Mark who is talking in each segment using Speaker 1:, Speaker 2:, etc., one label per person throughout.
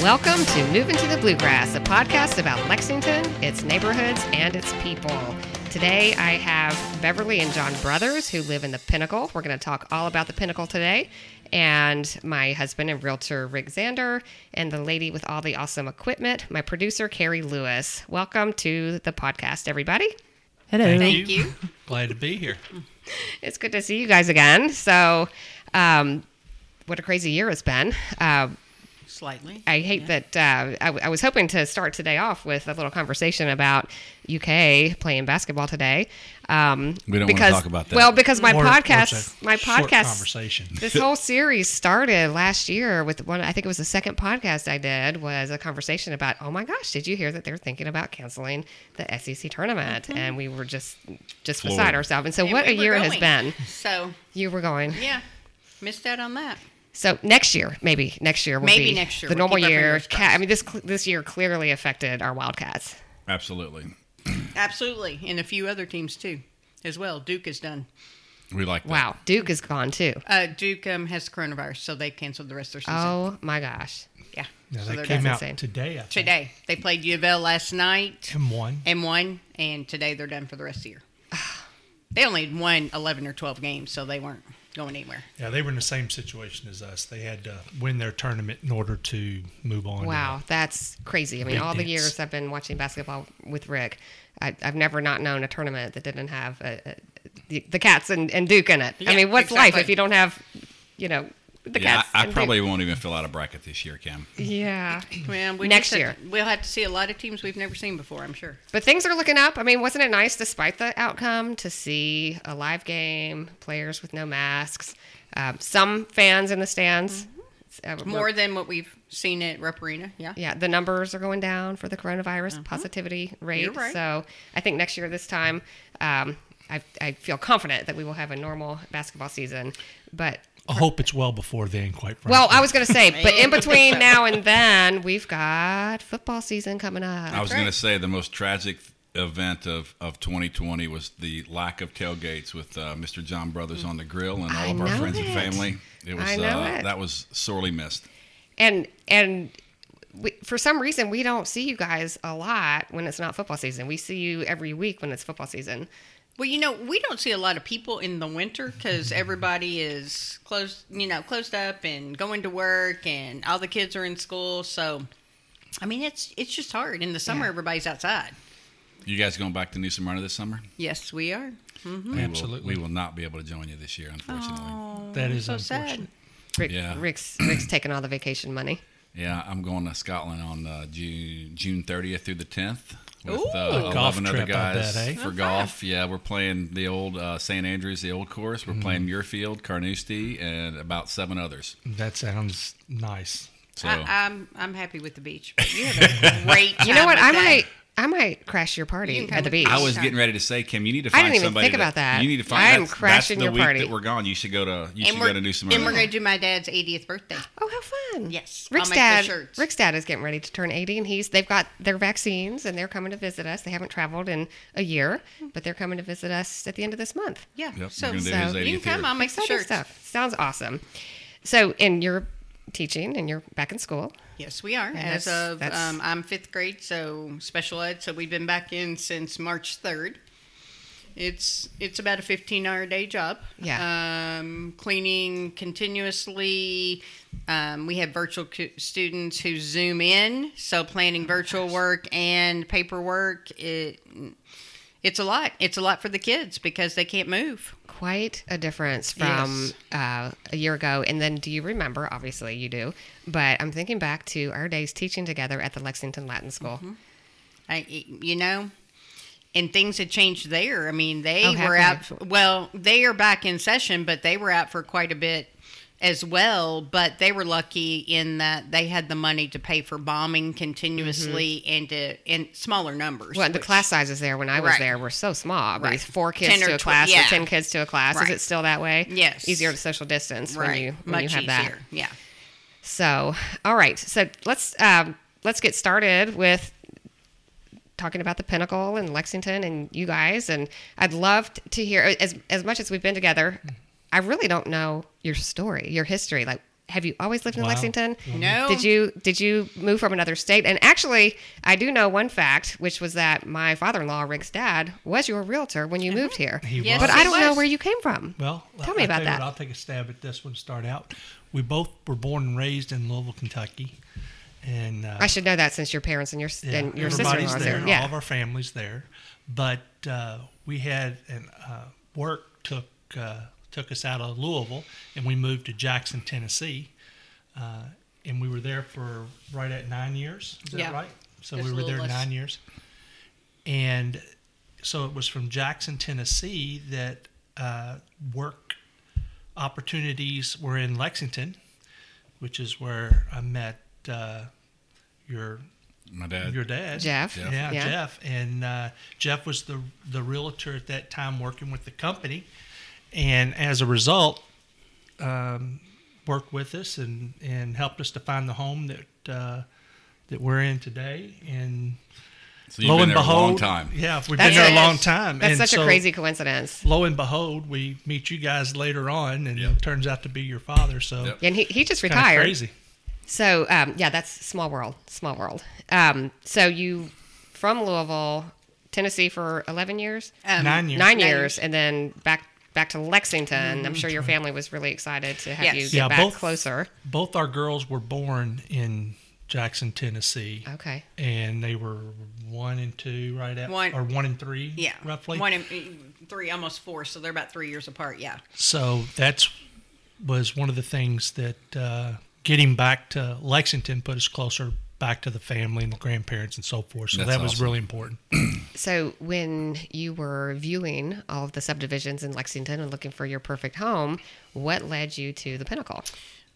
Speaker 1: Welcome to Moving to the Bluegrass, a podcast about Lexington, its neighborhoods, and its people. Today I have Beverly and John Brothers who live in the Pinnacle. We're going to talk all about the Pinnacle today. And my husband and realtor, Rick Zander, and the lady with all the awesome equipment, my producer, Carrie Lewis. Welcome to the podcast, everybody.
Speaker 2: Hello.
Speaker 3: Thank you. Glad to be here.
Speaker 1: It's good to see you guys again. So, um, what a crazy year it's been. Uh,
Speaker 4: Slightly.
Speaker 1: I hate that. Uh, I, w- I was hoping to start today off with a little conversation about UK playing basketball today. Um,
Speaker 5: We don't wanna
Speaker 1: because,
Speaker 5: talk about that.
Speaker 1: Well, because my
Speaker 3: Or- or it's
Speaker 1: podcast,
Speaker 3: a
Speaker 1: my
Speaker 3: short
Speaker 1: podcast,
Speaker 3: conversation.
Speaker 1: this whole series started last year with one. I think it was the second podcast I did was a conversation about. Oh my gosh, did you hear that they're thinking about canceling the SEC tournament? And we were just just beside
Speaker 5: Floored.
Speaker 1: ourselves. And so,
Speaker 4: Mm-hmm.
Speaker 1: what
Speaker 4: And we
Speaker 1: a
Speaker 4: were
Speaker 1: year it has
Speaker 4: going.
Speaker 1: been.
Speaker 4: So,
Speaker 1: You were going.
Speaker 4: yeah, missed out on that.
Speaker 1: So next year, maybe next year will
Speaker 4: Maybe
Speaker 1: be
Speaker 4: next year.
Speaker 1: the
Speaker 4: We'll
Speaker 1: normal
Speaker 4: keep our
Speaker 1: year.
Speaker 4: fingers
Speaker 1: Ca- I mean, this cl- this year clearly affected our Wildcats.
Speaker 5: Absolutely.
Speaker 4: Absolutely. And a few other teams, too, as well. Duke is done.
Speaker 5: We like that.
Speaker 1: Wow, Duke is gone too.
Speaker 4: Uh, Duke um, has coronavirus, so they canceled the rest of their season.
Speaker 1: Oh my gosh,
Speaker 4: yeah.
Speaker 3: Yeah,
Speaker 4: so
Speaker 3: that
Speaker 4: they're
Speaker 3: came out
Speaker 4: done.
Speaker 1: insane.
Speaker 3: today. I think.
Speaker 4: Today, they played U of L last night
Speaker 3: Tim won.
Speaker 4: and won, and today they're done for the rest of the year. They only had won 11 or 12 games, so they weren't going anywhere.
Speaker 3: Yeah, they were in the same situation as us. They had to win their tournament in order to move on. to
Speaker 1: wow, that's crazy. I mean,
Speaker 3: Big
Speaker 1: all the
Speaker 3: dance.
Speaker 1: years I've been watching basketball with Rick, I, I've never not known a tournament that didn't have a, a, the, the Cats and, and Duke in it. I
Speaker 4: Yeah,
Speaker 1: mean, what's life if
Speaker 4: exactly.
Speaker 1: you don't have, you know, the
Speaker 5: Yeah,
Speaker 1: Cats?
Speaker 5: I, I
Speaker 1: and
Speaker 5: probably
Speaker 1: Duke?
Speaker 5: won't even fill out a bracket this year, Cam.
Speaker 1: yeah.
Speaker 4: Well, we
Speaker 1: Next
Speaker 4: just have
Speaker 1: year.
Speaker 4: to- we'll have to see a lot of teams we've never seen before, I'm sure.
Speaker 1: But things are looking up. I mean, wasn't it nice, despite the outcome, to see a live game, players with no masks, um, some fans in the stands? Uh, we're-
Speaker 4: More than what we've seen at Rupp Arena. Yeah.
Speaker 1: yeah, the numbers are going down for the coronavirus positivity rate.
Speaker 4: Mm-hmm. You're right.
Speaker 1: So I think next year, this time, um, I, I feel confident that we will have a normal basketball season. But
Speaker 3: I hope it's well before then, quite frankly.
Speaker 1: well, I was going to say, but in between now and then, we've got football season coming up.
Speaker 5: I was
Speaker 4: right.
Speaker 5: going to say the most tragic event of, of 2020 was the lack of tailgates with uh, Mr. John Brothers on the grill and all
Speaker 1: I
Speaker 5: of our
Speaker 1: know
Speaker 5: friends and
Speaker 1: it.
Speaker 5: family. It was
Speaker 1: I know
Speaker 5: uh,
Speaker 1: it.
Speaker 5: that was sorely missed.
Speaker 1: and and we, for some reason we don't see you guys a lot when it's not football season. We see you every week when it's football season.
Speaker 4: Well, you know, we don't see a lot of people in the winter because everybody is closed, you know, closed up and going to work, and all the kids are in school. So, I mean, it's it's just hard. In the summer,
Speaker 1: Yeah.
Speaker 4: everybody's outside.
Speaker 5: You guys going back to New Smyrna this summer?
Speaker 4: Yes, we are.
Speaker 5: We will-
Speaker 3: Absolutely.
Speaker 5: we will not be able to join you this year, unfortunately.
Speaker 3: That is
Speaker 4: so
Speaker 3: unfortunate.
Speaker 4: sad.
Speaker 1: Rick,
Speaker 5: Yeah.
Speaker 1: Rick's Rick's taking all the vacation money.
Speaker 5: Yeah, I'm going to Scotland on uh, June June 30th through the 10th with
Speaker 4: Ooh.
Speaker 5: uh,
Speaker 3: Golf
Speaker 5: 11 other
Speaker 3: trip, I bet,
Speaker 5: guys
Speaker 3: eh?
Speaker 5: for golf. Yeah, we're playing the old uh, St. Andrews, the old course. We're playing
Speaker 3: Mm-hmm.
Speaker 5: Muirfield, Carnoustie, and about seven others.
Speaker 3: That sounds nice.
Speaker 5: So
Speaker 4: I, I'm I'm happy with the beach. But you have a great. Time
Speaker 1: You know what?
Speaker 4: with
Speaker 1: I
Speaker 4: that.
Speaker 1: might I might crash your party
Speaker 4: You can
Speaker 1: at the
Speaker 4: come
Speaker 1: beach.
Speaker 4: with
Speaker 5: I
Speaker 4: me.
Speaker 5: was getting ready to say, Kim, you need to
Speaker 1: I
Speaker 5: find
Speaker 1: didn't even
Speaker 5: somebody.
Speaker 1: think about that.
Speaker 5: You need to
Speaker 1: I am
Speaker 5: find. that's-
Speaker 1: crashing
Speaker 5: that's
Speaker 1: your
Speaker 5: the week
Speaker 1: party.
Speaker 5: that we're gone. You should go to. You
Speaker 4: And
Speaker 5: should go
Speaker 4: we're,
Speaker 5: to New
Speaker 4: and
Speaker 5: Smyrna.
Speaker 4: we're going to do my dad's 80th birthday.
Speaker 1: Oh, how fun!
Speaker 4: Yes, I'll
Speaker 1: Rick's
Speaker 4: make the
Speaker 1: dad.
Speaker 4: shirts.
Speaker 1: Rick's dad is getting ready to turn eighty, and he's they've got their vaccines, and they're coming to visit us. They haven't traveled in a year,
Speaker 4: Hmm.
Speaker 1: but they're coming to visit us at the end of this month.
Speaker 4: Yeah.
Speaker 5: Yep,
Speaker 4: so
Speaker 5: we're gonna do
Speaker 1: his
Speaker 4: you can
Speaker 5: 80th
Speaker 4: come.
Speaker 5: year.
Speaker 4: I'll make the
Speaker 1: Exciting
Speaker 4: shirts.
Speaker 1: stuff. Sounds awesome. So, and you're teaching, and you're back in school.
Speaker 4: Yes, we are.
Speaker 1: that's-
Speaker 4: As of
Speaker 1: that's-
Speaker 4: um, I'm fifth grade, so special ed. So we've been back in since March third. It's it's about a 15 hour a day job.
Speaker 1: Yeah.
Speaker 4: Um, cleaning continuously. Um, we have virtual cu- students who zoom in, so
Speaker 1: Oh
Speaker 4: planning virtual work and paperwork. It it's a lot. It's a lot for the kids because they can't move.
Speaker 1: quite a difference from uh, a year ago. And then, do you remember? Obviously, you do. But I'm thinking back to our days teaching together at the Lexington Latin School.
Speaker 4: Mm-hmm. I, you know, and things had changed there. I mean, they
Speaker 1: Oh, have
Speaker 4: were
Speaker 1: they?
Speaker 4: out. Well, they are back in session, but they were out for quite a bit as well. But they were lucky in that they had the money to pay for bombing continuously and to in smaller numbers.
Speaker 1: Mm-hmm. Well, the
Speaker 4: which-
Speaker 1: class sizes there when I was
Speaker 4: Right.
Speaker 1: there were so small. Right.
Speaker 4: Right.
Speaker 1: four kids
Speaker 4: 10 or
Speaker 1: to a
Speaker 4: tw-
Speaker 1: class or
Speaker 4: yeah.
Speaker 1: 10 kids to a class.
Speaker 4: Right.
Speaker 1: Is it still that way?
Speaker 4: Yes.
Speaker 1: Easier to social distance when
Speaker 4: right,
Speaker 1: you when
Speaker 4: much
Speaker 1: you have that.
Speaker 4: easier. Yeah.
Speaker 1: So, all right. So let's um, let's get started with talking about the Pinnacle and Lexington and you guys. And I'd love t- to hear as as much as we've been together. I really don't know your story, your history. Like, have you always lived in
Speaker 3: Wow. Mm-hmm.
Speaker 1: Lexington?
Speaker 4: No.
Speaker 1: Did you did you move from another state? And actually, I do know one fact, which was that my father-in-law, Rick's dad, was your realtor when you moved here.
Speaker 3: He
Speaker 4: Yes,
Speaker 3: was.
Speaker 1: But I
Speaker 4: he
Speaker 1: don't know
Speaker 4: was.
Speaker 1: where you came from.
Speaker 3: Well,
Speaker 1: tell
Speaker 3: I-
Speaker 1: me
Speaker 3: I
Speaker 1: about
Speaker 3: tell you what,
Speaker 1: that.
Speaker 3: I'll take a stab at this one to start out. We both were born and raised in Louisville, Kentucky, and uh,
Speaker 1: I should know that since your parents and your s
Speaker 3: yeah,
Speaker 1: and your
Speaker 3: everybody's
Speaker 1: sister-in-law
Speaker 3: there.
Speaker 1: there.
Speaker 3: All
Speaker 1: Yeah.
Speaker 3: of our families there, but uh, we had and uh, work took uh, took us out of Louisville, and we moved to Jackson, Tennessee, uh, and we were there for right at nine years. Is that
Speaker 4: Yeah.
Speaker 3: right? So
Speaker 4: Just
Speaker 3: we
Speaker 4: a
Speaker 3: were
Speaker 4: little
Speaker 3: there
Speaker 4: less.
Speaker 3: nine years, and so it was from Jackson, Tennessee, that uh, work opportunities were in Lexington, which is where I met uh, your
Speaker 5: My dad.
Speaker 3: your dad,
Speaker 1: Jeff.
Speaker 5: Jeff.
Speaker 3: Yeah,
Speaker 1: Yeah.
Speaker 3: Jeff, and uh, Jeff was the the realtor at that time working with the company, and as a result, um, worked with us and and helped us to find the home that uh, that we're in today. And
Speaker 5: so you've
Speaker 3: lo
Speaker 5: been
Speaker 3: and
Speaker 5: there
Speaker 3: behold,
Speaker 5: a long time.
Speaker 3: yeah, we've
Speaker 1: That's
Speaker 3: been there
Speaker 1: it.
Speaker 3: a long time.
Speaker 1: That's
Speaker 3: and
Speaker 1: such
Speaker 3: so,
Speaker 1: a crazy coincidence.
Speaker 3: Lo and behold, we meet you guys later on, and
Speaker 5: Yep.
Speaker 3: it turns out to be your father. So
Speaker 5: Yep.
Speaker 1: And he, he just
Speaker 3: kinda
Speaker 1: retired.
Speaker 3: crazy.
Speaker 1: So um, yeah, that's small world, small world. Um, so you from Louisville, Tennessee for eleven years,
Speaker 4: Um,
Speaker 3: Nine years.
Speaker 1: Uh, nine
Speaker 4: Nine
Speaker 1: years, and then back back to Lexington. I'm sure your family was really excited to have
Speaker 4: Yes.
Speaker 1: you get
Speaker 3: Mm-hmm. Yeah,
Speaker 1: back
Speaker 3: both-
Speaker 1: closer.
Speaker 3: Both our girls were born in Jackson, Tennessee.
Speaker 1: Okay,
Speaker 3: and they were one and two right at
Speaker 4: One-
Speaker 3: or one and three
Speaker 4: Yeah,
Speaker 3: roughly
Speaker 4: one and three, almost four. So they're about three years apart. Yeah,
Speaker 3: so that's was one of the things that uh, getting back to lexington put us closer back to the family and the grandparents and so forth so
Speaker 5: That's
Speaker 3: that was
Speaker 5: awesome.
Speaker 3: really important
Speaker 1: so when you were viewing all of the subdivisions in Lexington and looking for your perfect home, what led you to the Pinnacle?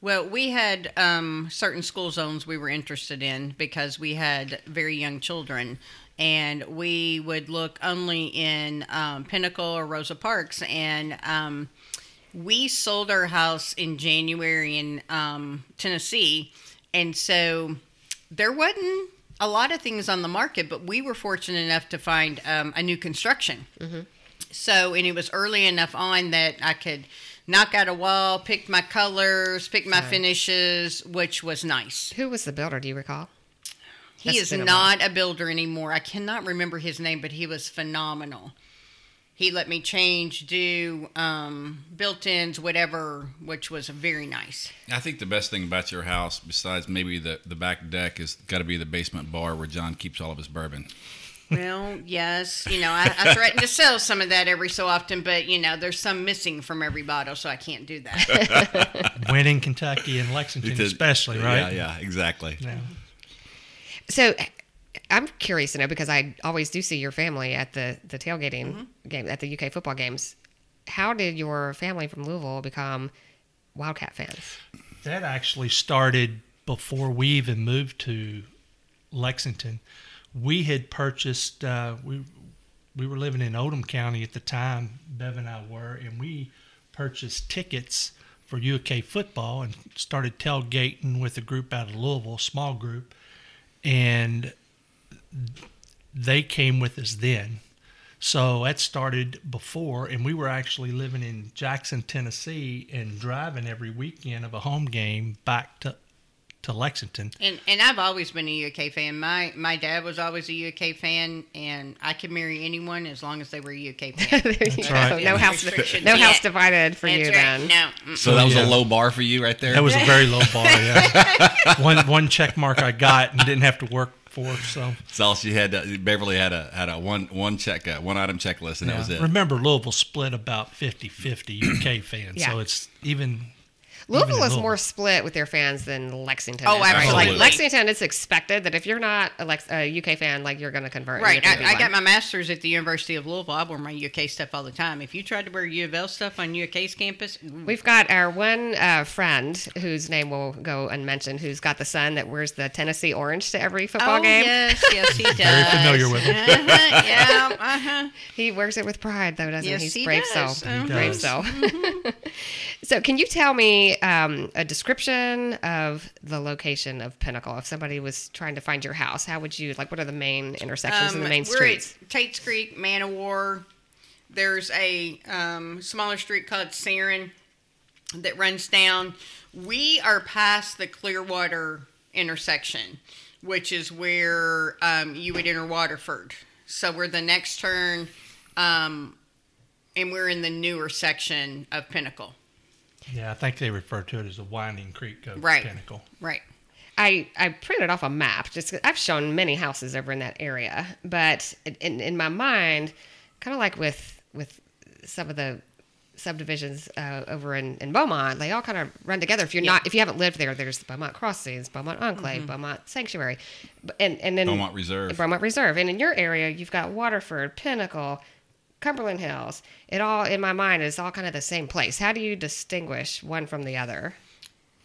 Speaker 4: Well, we had um, certain school zones we were interested in because we had very young children, and we would look only in um, Pinnacle or Rosa Parks. And um, we sold our house in January in um, Tennessee, and so there wasn't a lot of things on the market, but we were fortunate enough to find um, a new construction. So, and it was early enough on that I could knock out a wall, pick my colors, pick my finishes, which was nice.
Speaker 1: Who was the builder? Do you recall?
Speaker 4: He
Speaker 1: That's
Speaker 4: is
Speaker 1: been a
Speaker 4: not a builder anymore. I cannot remember his name, but he was phenomenal. He let me change, do um, built ins, whatever, which was very nice.
Speaker 5: I think the best thing about your house, besides maybe the, the back deck, is got to be the basement bar where John keeps all of his bourbon.
Speaker 4: Well, yes, you know, I, I threaten to sell some of that every so often, but you know, there's some missing from every bottle, so I can't do that.
Speaker 3: when in kentucky and lexington especially right
Speaker 5: Yeah, yeah, exactly.
Speaker 3: yeah.
Speaker 1: So I'm curious to know because I always do see your family at the the tailgating
Speaker 4: Mm-hmm.
Speaker 1: game at the UK football games. How did your family from Louisville become Wildcat fans?
Speaker 3: that actually started before we even moved to Lexington. We had purchased uh, we we were living in Odom County at the time. Bev and I were, and we purchased tickets for UK football and started tailgating with a group out of Louisville, a small group, and they came with us then. So that started before, and we were actually living in Jackson, Tennessee, and driving every weekend of a home game back to to Lexington.
Speaker 4: And and I've always been a UK fan. My my dad was always a UK fan, and I could marry anyone as long as they were a UK fan.
Speaker 1: There you go.
Speaker 3: right.
Speaker 1: No
Speaker 4: Yeah.
Speaker 1: house,
Speaker 4: Restrictions.
Speaker 1: no
Speaker 4: Yeah.
Speaker 1: house divided for
Speaker 4: That's
Speaker 1: you
Speaker 4: right.
Speaker 1: then.
Speaker 4: No. mm.
Speaker 5: So that was
Speaker 3: Yeah.
Speaker 5: a low bar for you right there.
Speaker 3: That was a very low bar. Yeah, one one check mark I got and didn't have to work for. So
Speaker 5: So all she had. To, Beverly had a had a one one check uh, one item checklist, and that was
Speaker 3: yeah.
Speaker 5: it.
Speaker 3: remember, Louisville split about 50-50 UK fans.
Speaker 1: Yeah.
Speaker 3: So it's even
Speaker 1: Louisville
Speaker 3: Even in
Speaker 1: is more
Speaker 3: Louisville.
Speaker 1: split with their fans than Lexington.
Speaker 4: Oh,
Speaker 1: is, right?
Speaker 4: absolutely.
Speaker 1: Like Lexington, it's expected that if you're not a, Lex- a UK fan, like you're going to convert. and
Speaker 4: Right.
Speaker 1: you're gonna
Speaker 4: I, I
Speaker 1: be
Speaker 4: got
Speaker 1: one.
Speaker 4: my master's at the University of Louisville. I wore my UK stuff all the time. If you tried to wear U of L stuff on UK's campus, mm,
Speaker 1: We've got our one uh, friend whose name will go unmentioned, who's got the son that wears the Tennessee orange to every football
Speaker 4: oh
Speaker 1: game.
Speaker 4: yes, yes, he does.
Speaker 3: very familiar with them.
Speaker 4: Uh-huh, yeah. Uh huh.
Speaker 1: He wears it with pride, though, doesn't
Speaker 4: Yes,
Speaker 1: he? He's
Speaker 4: he
Speaker 1: brave
Speaker 4: does. Mm-hmm.
Speaker 1: soul.
Speaker 4: He
Speaker 1: Brave
Speaker 3: does.
Speaker 1: soul. so, can you tell me um, a description of the location of Pinnacle? If somebody was trying to find your house, how would you like? What are the main intersections and the main
Speaker 4: Um, we're
Speaker 1: streets?
Speaker 4: at Tate's Creek, Man of War. There's a um, smaller street called Sarin. that runs down. We are past the Clearwater intersection, which is where um, you would enter Waterford. So we're the next turn, um, and we're in the newer section of Pinnacle.
Speaker 3: Yeah, I think they refer to it as the Winding Creek of
Speaker 4: Right.
Speaker 3: Pinnacle.
Speaker 4: Right.
Speaker 1: I, I printed off a map. Just 'cause I've shown many houses over in that area, but in, in my mind, kind of like with with some of the subdivisions uh, over in, in Beaumont, they all kind of run together. If you're not if you haven't lived there, there's Beaumont Crossings, Beaumont Enclave, Beaumont Sanctuary, But- and and then
Speaker 5: Beaumont Reserve.
Speaker 1: Beaumont Reserve, and in your area, you've got Waterford, Pinnacle. Cumberland Hills. It all in my mind is all kind of the same place. How do you distinguish one from the other?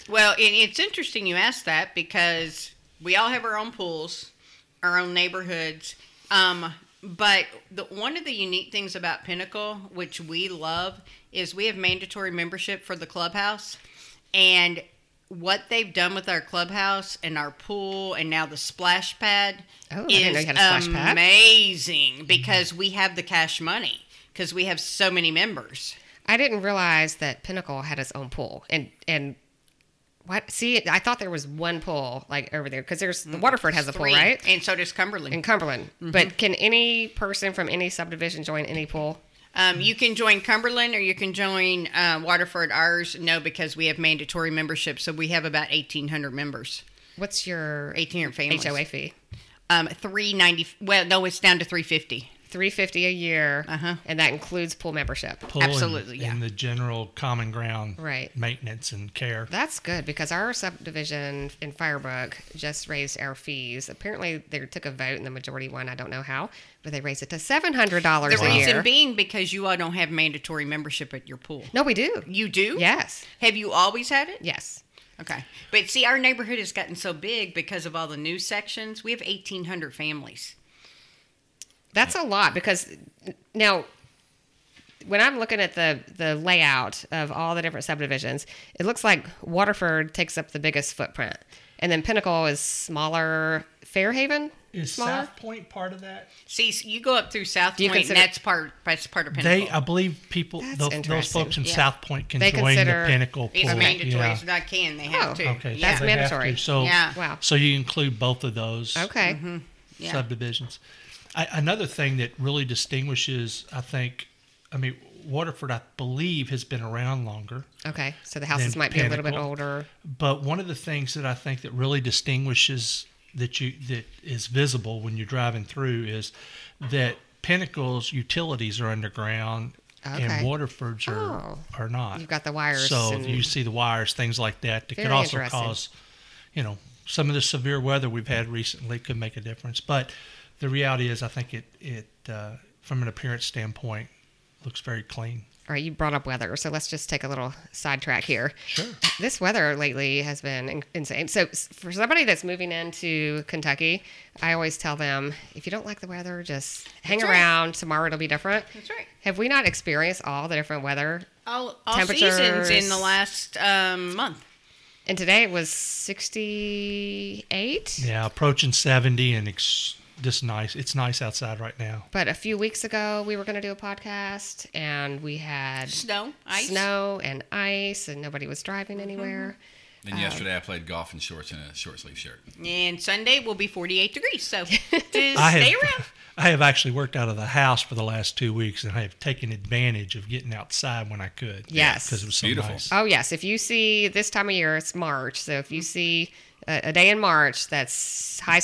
Speaker 4: Well, and it's interesting you ask that because we all have our own pools, our own neighborhoods. Um, but the, one of the unique things about Pinnacle, which we love, is we have mandatory membership for the clubhouse. And what they've done with our clubhouse and our pool and now the splash pad
Speaker 1: Oh, I didn't
Speaker 4: is
Speaker 1: know you had a splash pad.
Speaker 4: amazing because we have the cash money because we have so many members.
Speaker 1: I didn't realize that Pinnacle had its own pool, and and what? See, I thought there was one pool like over there because there's the Waterford has a pool,
Speaker 4: Mm-hmm. Three. Mm-hmm.
Speaker 1: right?
Speaker 4: And so does Cumberland.
Speaker 1: In Cumberland, but can any person from any subdivision join any pool?
Speaker 4: Um, you can join Cumberland or you can join uh, Waterford. Ours, no, because we have mandatory membership. So we have about 1,800 members,
Speaker 1: What's your
Speaker 4: 1,800 families.
Speaker 1: HOA fee?
Speaker 4: Um, 390. Well, no, it's down to 350.
Speaker 1: Three fifty a year,
Speaker 4: Uh-huh.
Speaker 1: and that includes pool membership.
Speaker 3: Pool and-
Speaker 4: Absolutely, yeah.
Speaker 3: And the general common ground
Speaker 1: Right.
Speaker 3: maintenance and care.
Speaker 1: That's good because our subdivision in Firebrook just raised our fees. Apparently, they took a vote and the majority won. I don't know how, but they raised it to seven hundred
Speaker 4: The
Speaker 1: dollars a
Speaker 4: reason
Speaker 1: year.
Speaker 4: being because you all don't have mandatory membership at your pool.
Speaker 1: no, we do.
Speaker 4: You do?
Speaker 1: Yes,
Speaker 4: Have you always had it?
Speaker 1: yes.
Speaker 4: Okay. But see, our neighborhood has gotten so big because of all the new sections. We have 1,800 families.
Speaker 1: That's a lot because now when I'm looking at the the layout of all the different subdivisions, it looks like Waterford takes up the biggest footprint, and then Pinnacle is smaller. Fairhaven
Speaker 3: Is
Speaker 1: smaller.
Speaker 3: South Point part of that?
Speaker 4: See, so you go up through South
Speaker 1: Do you
Speaker 4: Point,
Speaker 1: consider-
Speaker 4: and that's part, that's part of Pinnacle.
Speaker 3: They, I believe, people
Speaker 1: That's
Speaker 3: those, those
Speaker 1: interesting.
Speaker 3: folks in
Speaker 4: Yeah.
Speaker 3: South Point can
Speaker 1: They
Speaker 3: join
Speaker 1: consider-
Speaker 3: the Pinnacle pool.
Speaker 4: It's mandatory.
Speaker 3: Yeah.
Speaker 4: It's not can. They have
Speaker 1: Oh,
Speaker 4: to.
Speaker 3: Okay,
Speaker 4: Yeah.
Speaker 1: That's
Speaker 3: so they have to.
Speaker 1: mandatory.
Speaker 3: So,
Speaker 4: Yeah.
Speaker 1: Wow.
Speaker 3: so you include both of those
Speaker 1: Okay.
Speaker 3: Mm-hmm.
Speaker 4: Yeah.
Speaker 3: subdivisions. I, another thing that really distinguishes, I think, I mean, Waterford, I believe, has been around longer.
Speaker 1: Okay. So the houses
Speaker 3: Then
Speaker 1: might be a little bit
Speaker 3: Pinnacle.
Speaker 1: older.
Speaker 3: But one of the things that I think that really distinguishes that you that is visible when you're driving through is that Pinnacle's utilities are underground
Speaker 1: Okay.
Speaker 3: and Waterford's are
Speaker 1: Oh.
Speaker 3: are not.
Speaker 1: You've got the wires
Speaker 3: So
Speaker 1: and-
Speaker 3: you see the wires, things like that that could
Speaker 1: Very
Speaker 3: also
Speaker 1: interesting.
Speaker 3: cause, you know, some of the severe weather we've had recently could make a difference. But the reality is, I think it it uh, from an appearance standpoint looks very clean.
Speaker 1: All right, you brought up weather, so let's just take a little sidetrack here.
Speaker 3: Sure.
Speaker 1: This weather lately has been in- insane. So, s- for somebody that's moving into Kentucky, I always tell them if you don't like the weather, just hang
Speaker 4: That's right.
Speaker 1: around. Tomorrow it'll be different.
Speaker 4: That's right.
Speaker 1: Have we not experienced all the different weather?
Speaker 4: all, all seasons in
Speaker 1: Temperatures.
Speaker 4: the last um, month.
Speaker 1: And today it was 68,
Speaker 3: Yeah, approaching seventy and ex- just nice. It's nice outside right now.
Speaker 1: but a few weeks ago we were going to do a podcast and we had
Speaker 4: Snow, ice. Mm-hmm.
Speaker 1: snow and ice, and nobody was driving anywhere.
Speaker 5: And yesterday I played golf in shorts and a short sleeve shirt.
Speaker 4: uh, And Sunday will be 48 degrees. So just stay
Speaker 3: I have,
Speaker 4: around.
Speaker 3: I have actually worked out of the house for the last two weeks, and I have taken advantage of getting outside when I could.
Speaker 1: Yes.
Speaker 3: because it was so
Speaker 5: Beautiful.
Speaker 3: nice.
Speaker 1: Oh yes, if you see this time of year, it's March. So
Speaker 4: Mm-hmm.
Speaker 1: if you see a, a day in March that's high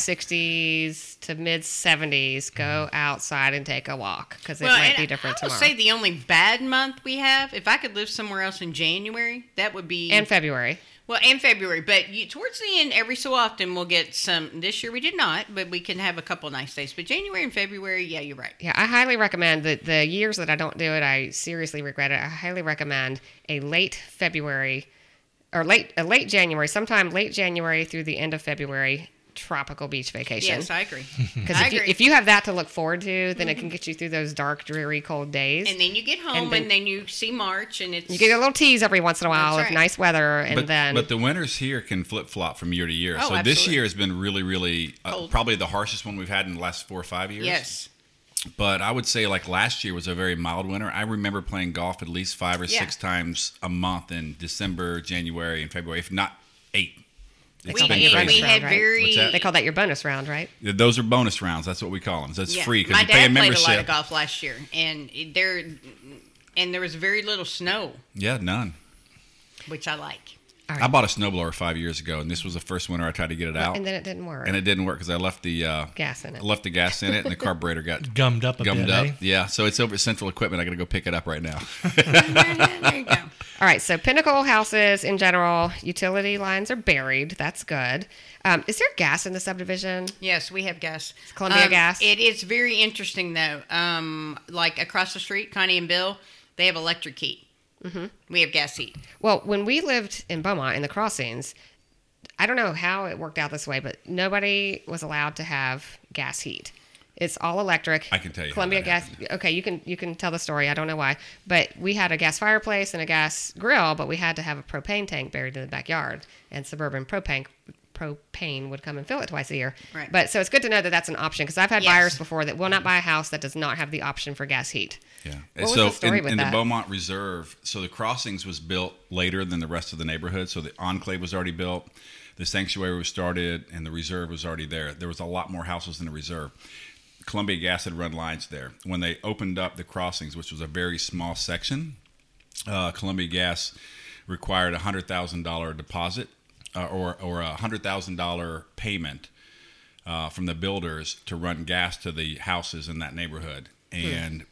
Speaker 1: 60s to mid 70s, go outside and take a walk because it might
Speaker 4: Mm-hmm. and
Speaker 1: be different
Speaker 4: I will
Speaker 1: tomorrow.
Speaker 4: say the only bad month we have, if I could live somewhere else in January, that would be,
Speaker 1: and February.
Speaker 4: well, and February. But you, towards the end, every so often, we'll get some. This year we did not, but we can have a couple nice days. But January and February, yeah, you're right.
Speaker 1: Yeah, I highly recommend that the years that I don't do it, I seriously regret it. I highly recommend a late February or late a late January, sometime late January through the end of February tropical beach vacation.
Speaker 4: Yes, I agree.
Speaker 1: Because
Speaker 4: I
Speaker 1: if, you-
Speaker 4: agree. Mm-hmm.
Speaker 1: if you have that to look forward to, then it can get you through those dark, dreary, cold days.
Speaker 4: and then you get home, and
Speaker 1: then-
Speaker 4: then, you see March, and it's
Speaker 1: You get a little tease every once in a while
Speaker 4: That's
Speaker 1: of
Speaker 4: right.
Speaker 1: nice weather, and
Speaker 5: But,
Speaker 1: then
Speaker 5: but the winters here can flip flop from year to year.
Speaker 4: Oh,
Speaker 5: so this
Speaker 4: absolutely.
Speaker 5: year has been really, really uh,
Speaker 4: Cold.
Speaker 5: probably the harshest one we've had in the last four or five years.
Speaker 4: yes.
Speaker 5: But I would say like last year was a very mild winter. I remember playing golf at least five or
Speaker 4: Yeah.
Speaker 5: six times a month in December, January, and February, if not eight. It's
Speaker 4: we
Speaker 1: call that
Speaker 5: been
Speaker 1: your
Speaker 4: did.
Speaker 1: bonus
Speaker 4: We
Speaker 5: crazy.
Speaker 1: round,
Speaker 4: had
Speaker 1: right?
Speaker 4: very.
Speaker 5: What's that?
Speaker 1: They call that your bonus round, right?
Speaker 5: Those are bonus rounds. That's what we call them. That's
Speaker 4: Yeah.
Speaker 5: free because
Speaker 4: My
Speaker 5: you pay a
Speaker 4: dad played a
Speaker 5: membership.
Speaker 4: lot of golf last year, and it- there, and there was very little snow,
Speaker 5: Yeah, none.
Speaker 4: which I like.
Speaker 5: I bought a snowblower five years ago, and this was the first winter I tried to get it out,
Speaker 1: And then it didn't work.
Speaker 5: Oh. and it didn't work because I left the uh,
Speaker 1: Gas in it.
Speaker 5: I left the gas in it, and the carburetor got
Speaker 3: Gummed up a
Speaker 5: gummed
Speaker 3: bit.
Speaker 5: up.
Speaker 3: eh?
Speaker 5: Yeah, so it's over at Central Equipment. I got to go pick it up right now.
Speaker 4: there you go.
Speaker 1: All right, so pinnacle houses in general, utility lines are buried. That's good. Um, is there gas in the subdivision?
Speaker 4: Yes, we have gas.
Speaker 1: Columbia
Speaker 4: Um,
Speaker 1: Gas?
Speaker 4: It is very interesting though. Um, like across the street, Connie and Bill, they have electric heat. Mm-hmm. We have gas heat.
Speaker 1: Well, when we lived in Beaumont in the crossings, I don't know how it worked out this way, but nobody was allowed to have gas heat. It's all electric.
Speaker 5: I can tell you how
Speaker 1: Columbia
Speaker 5: that
Speaker 1: Gas. Okay, you can you can tell the story. I don't know why, but we had a gas fireplace and a gas grill, but we had to have a propane tank buried in the backyard, and suburban propane propane would come and fill it twice a year.
Speaker 4: Right.
Speaker 1: But so it's good to know that that's an option because I've had
Speaker 4: Yes.
Speaker 1: buyers before that will not buy a house that does not have the option for gas heat.
Speaker 5: Yeah.
Speaker 1: What was
Speaker 5: so
Speaker 1: the story
Speaker 5: in,
Speaker 1: with
Speaker 5: in
Speaker 1: that?
Speaker 5: the Beaumont Reserve, so the crossings was built later than the rest of the neighborhood. So the enclave was already built, the sanctuary was started, and the reserve was already there. There was a lot more houses in the reserve. Columbia Gas had run lines there. When they opened up the crossings, which was a very small section, uh, Columbia Gas required a hundred thousand dollar deposit uh, or or a hundred thousand dollar payment uh, from the builders to run gas to the houses in that neighborhood.
Speaker 1: Hmm.
Speaker 5: And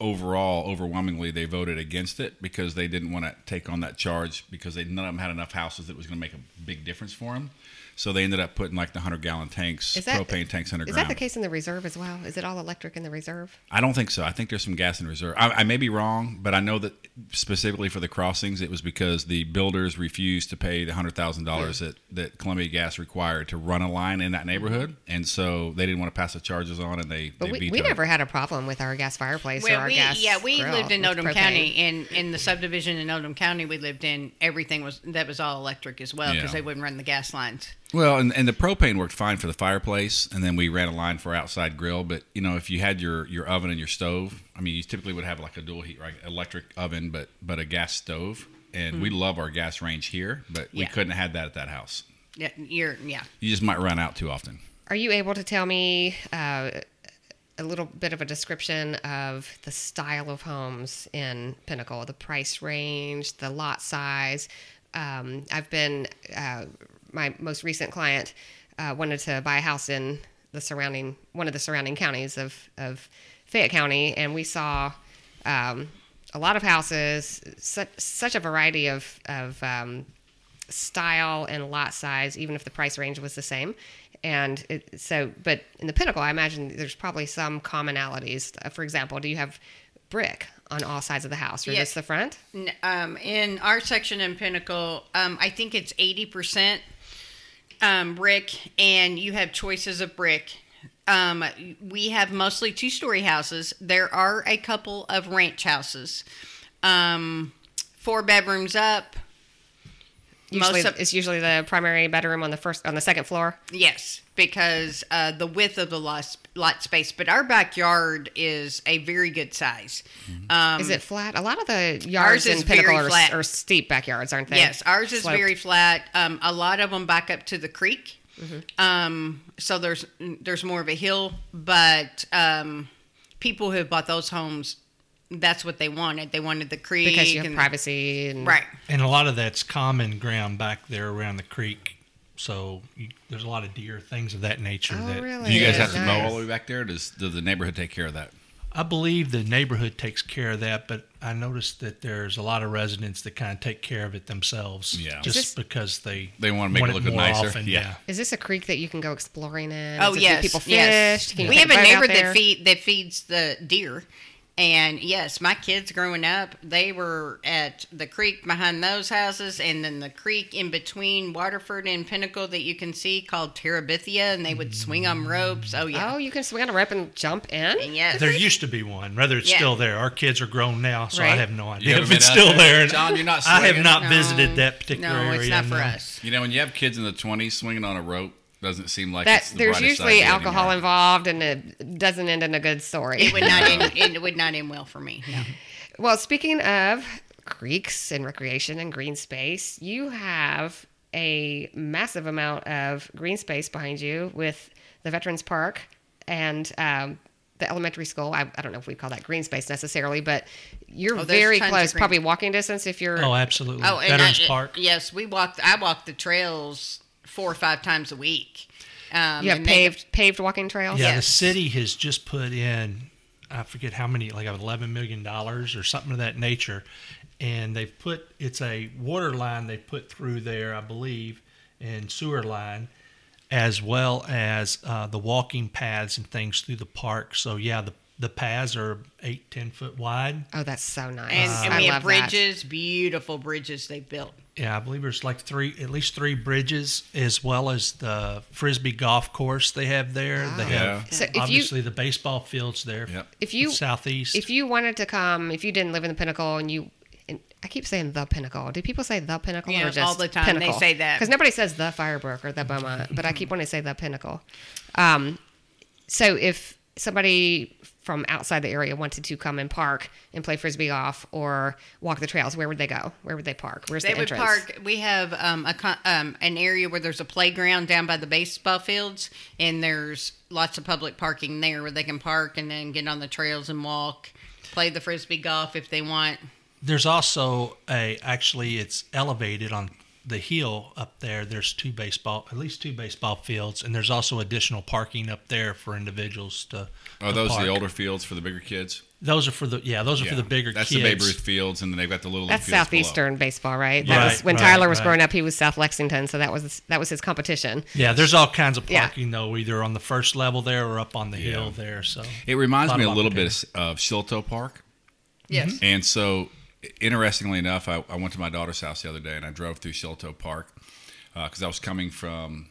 Speaker 5: overall, overwhelmingly, they voted against it because they didn't want to take on that charge because they none of them had enough houses that was going to make a big difference for them. So they ended up putting like the hundred gallon tanks,
Speaker 1: Is that-
Speaker 5: propane tanks underground.
Speaker 1: Is that the case in the reserve as well? Is it all electric in the reserve?
Speaker 5: I don't think so. I think there's some gas in reserve. I, I may be wrong, but I know that specifically for the crossings, it was because the builders refused to pay the hundred thousand dollars that that Columbia Gas required to run a line in that neighborhood, and so they didn't want to pass the charges on, and they
Speaker 1: But
Speaker 5: they
Speaker 1: we, we
Speaker 5: vetoed it.
Speaker 1: never had a problem with our gas fireplace or
Speaker 4: Well,
Speaker 1: our
Speaker 4: we
Speaker 1: gas.
Speaker 4: yeah we
Speaker 1: grill
Speaker 4: lived in
Speaker 1: with
Speaker 4: Odom
Speaker 1: propane.
Speaker 4: County, and in the subdivision in Odom County we lived in, everything was that was all electric as well because
Speaker 5: Yeah.
Speaker 4: they wouldn't run the gas lines.
Speaker 5: Well, and, and the propane worked fine for the fireplace, and then we ran a line for outside grill. But you know, if you had your your oven and your stove, I mean, you typically would have like a dual heat, right? Electric oven, but but a gas stove.
Speaker 1: Hmm.
Speaker 5: And we love our gas range here, but we
Speaker 4: Yeah.
Speaker 5: couldn't have had that at that house.
Speaker 4: Yeah, you're yeah.
Speaker 5: You just might run out too often.
Speaker 1: Are you able to tell me uh, a little bit of a description of the style of homes in Pinnacle, the price range, the lot size? Um, I've been, uh, my most recent client uh, wanted to buy a house in the surrounding, one of the surrounding counties of, of Fayette County, and we saw um, a lot of houses, such, such a variety of, of um, style and lot size, even if the price range was the same. And it, so, but in the Pinnacle, I imagine there's probably some commonalities. Uh, For example, do you have brick on all sides of the house, or
Speaker 4: Yeah.
Speaker 1: just the front?
Speaker 4: N- Um, in our section in Pinnacle, um, I think it's eighty percent um, brick, and you have choices of brick. Um, we have mostly two-story houses. There are a couple of ranch houses, um, four bedrooms up.
Speaker 1: Usually,
Speaker 4: Most of-
Speaker 1: it's usually the primary bedroom on the first, on the second floor.
Speaker 4: Yes, because uh, the width of the lot, lot space, but our backyard is a very good size. Um,
Speaker 1: is it flat? A lot of the yards in
Speaker 4: is
Speaker 1: Pinnacle
Speaker 4: very
Speaker 1: are,
Speaker 4: flat.
Speaker 1: are steep backyards, aren't they?
Speaker 4: yes, ours is
Speaker 1: Sloped.
Speaker 4: very flat. Um, a lot of them back up to the creek,
Speaker 1: Mm-hmm.
Speaker 4: um, so there's there's more of a hill. But um, people who have bought those homes, that's what they wanted. They wanted the creek
Speaker 1: because you have
Speaker 4: and-
Speaker 1: privacy and
Speaker 4: right?
Speaker 3: And a lot of that's common ground back there around the creek. So you, there's a lot of deer, things of that nature.
Speaker 1: Oh,
Speaker 3: that
Speaker 1: really?
Speaker 5: Do you guys
Speaker 1: Yeah,
Speaker 5: have to
Speaker 1: nice.
Speaker 5: mow all the way back there? Does does the neighborhood take care of that?
Speaker 3: I believe the neighborhood takes care of that, but I noticed that there's a lot of residents that kind of take care of it themselves.
Speaker 5: Yeah. Is
Speaker 3: Just
Speaker 1: this-
Speaker 3: because they
Speaker 5: They wanna make it look
Speaker 3: more
Speaker 5: nicer?
Speaker 3: Often.
Speaker 5: Yeah.
Speaker 3: Yeah.
Speaker 1: Is this a creek that you can go exploring in?
Speaker 4: Oh
Speaker 1: Is this where
Speaker 4: yes,
Speaker 1: people fish.
Speaker 4: yes.
Speaker 1: Can you
Speaker 4: we
Speaker 1: take
Speaker 4: have a
Speaker 1: boat out
Speaker 4: neighbor
Speaker 1: there?
Speaker 4: that feed that feeds the deer, and yes, my kids growing up, they were at the creek behind those houses, and then the creek in between Waterford and Pinnacle that you can see called Terabithia, and they would swing on ropes. Oh yeah,
Speaker 1: Oh, you can swing on a rope and jump in.
Speaker 4: and yes,
Speaker 3: There used to be one. Whether it's
Speaker 4: Yeah.
Speaker 3: still there. Our kids are grown now, so I
Speaker 1: Right.
Speaker 3: have no
Speaker 5: You
Speaker 3: idea
Speaker 5: haven't
Speaker 3: if
Speaker 5: been
Speaker 3: it's
Speaker 5: out
Speaker 3: still
Speaker 5: there?
Speaker 3: there.
Speaker 5: John, you're not
Speaker 3: I have
Speaker 5: swinging?
Speaker 3: not
Speaker 4: No.
Speaker 3: visited that particular
Speaker 4: no,
Speaker 3: area.
Speaker 4: it's not for
Speaker 3: no.
Speaker 4: us.
Speaker 5: You know, when you have kids in the 20s swinging on a rope, doesn't seem like
Speaker 1: That
Speaker 5: it's the
Speaker 1: there's
Speaker 5: brightest
Speaker 1: usually
Speaker 5: idea
Speaker 1: alcohol
Speaker 5: anymore.
Speaker 1: involved, and it doesn't end in a good story.
Speaker 4: It would not end. It would not end well for me. No.
Speaker 1: Well, speaking of creeks and recreation and green space, you have a massive amount of green space behind you with the Veterans Park and um, the elementary school. I, I don't know if we call that green space necessarily, but you're
Speaker 4: Oh, there's
Speaker 1: very
Speaker 4: tons of
Speaker 1: close,
Speaker 4: green-
Speaker 1: probably walking distance if you're.
Speaker 3: Oh, absolutely.
Speaker 4: Oh, and
Speaker 3: Veterans
Speaker 4: I,
Speaker 3: Park.
Speaker 4: Yes, we walked. I walked the trails four or five times a week. Um,
Speaker 1: you have
Speaker 4: and they-
Speaker 1: paved paved walking trails.
Speaker 3: Yeah,
Speaker 4: Yes.
Speaker 3: the city has just put in, I forget how many, like eleven million dollars or something of that nature, and they've put it's a water line they put through there, I believe, and sewer line, as well as uh, the walking paths and things through the park. So yeah, the the paths are eight ten foot wide.
Speaker 1: Oh, that's so nice.
Speaker 4: and, and
Speaker 1: I
Speaker 4: we
Speaker 1: love that.
Speaker 4: have bridges, beautiful bridges they built.
Speaker 3: Yeah, I believe there's like three, at least three bridges, as well as the frisbee golf course they have there. They
Speaker 5: Ah. Yeah.
Speaker 3: have
Speaker 1: So if you-
Speaker 3: obviously the baseball fields there.
Speaker 5: Yep.
Speaker 1: If you
Speaker 3: southeast,
Speaker 1: if you wanted to come, if you didn't live in the Pinnacle and you, and I keep saying the Pinnacle. Do people say the Pinnacle
Speaker 4: Yeah,
Speaker 1: or just
Speaker 4: all the time they say that.
Speaker 1: because nobody says the Firebrook or the Beaumont, but I keep wanting to say the Pinnacle. Um, so if somebody from outside the area wanted to come and park and play frisbee off or walk the trails, where would they go? Where would they park? Where's
Speaker 4: They
Speaker 1: the
Speaker 4: would
Speaker 1: entrance?
Speaker 4: park. We have um, a con- um, an area where there's a playground down by the baseball fields, and there's lots of public parking there where they can park and then get on the trails and walk, play the frisbee golf if they want.
Speaker 3: There's also a actually it's elevated on the hill up there. There's two baseball, at least two baseball fields, and there's also additional parking up there for individuals to.
Speaker 5: Are
Speaker 3: to
Speaker 5: Oh, those
Speaker 3: park.
Speaker 5: the older fields for the bigger kids?
Speaker 3: Those are for the yeah. Those are for the bigger
Speaker 5: That's
Speaker 3: kids.
Speaker 5: the Babe Ruth fields, and then they've got the little
Speaker 1: That's
Speaker 5: fields below.
Speaker 1: southeastern baseball, right? That
Speaker 3: Right,
Speaker 1: was when
Speaker 3: right,
Speaker 1: Tyler was
Speaker 3: right.
Speaker 1: growing up. He was South Lexington, so that was that was his competition.
Speaker 3: Yeah, there's all kinds of
Speaker 1: Yeah.
Speaker 3: parking though, either on the first level there or up on the hill
Speaker 5: Yeah.
Speaker 3: there. So
Speaker 5: It reminds
Speaker 3: Lot
Speaker 5: me a
Speaker 3: of
Speaker 5: little bit of Silto Park.
Speaker 4: Yes.
Speaker 5: Mm-hmm. And so, interestingly enough, I, I went to my daughter's house the other day and I drove through Shelto Park because I was coming from,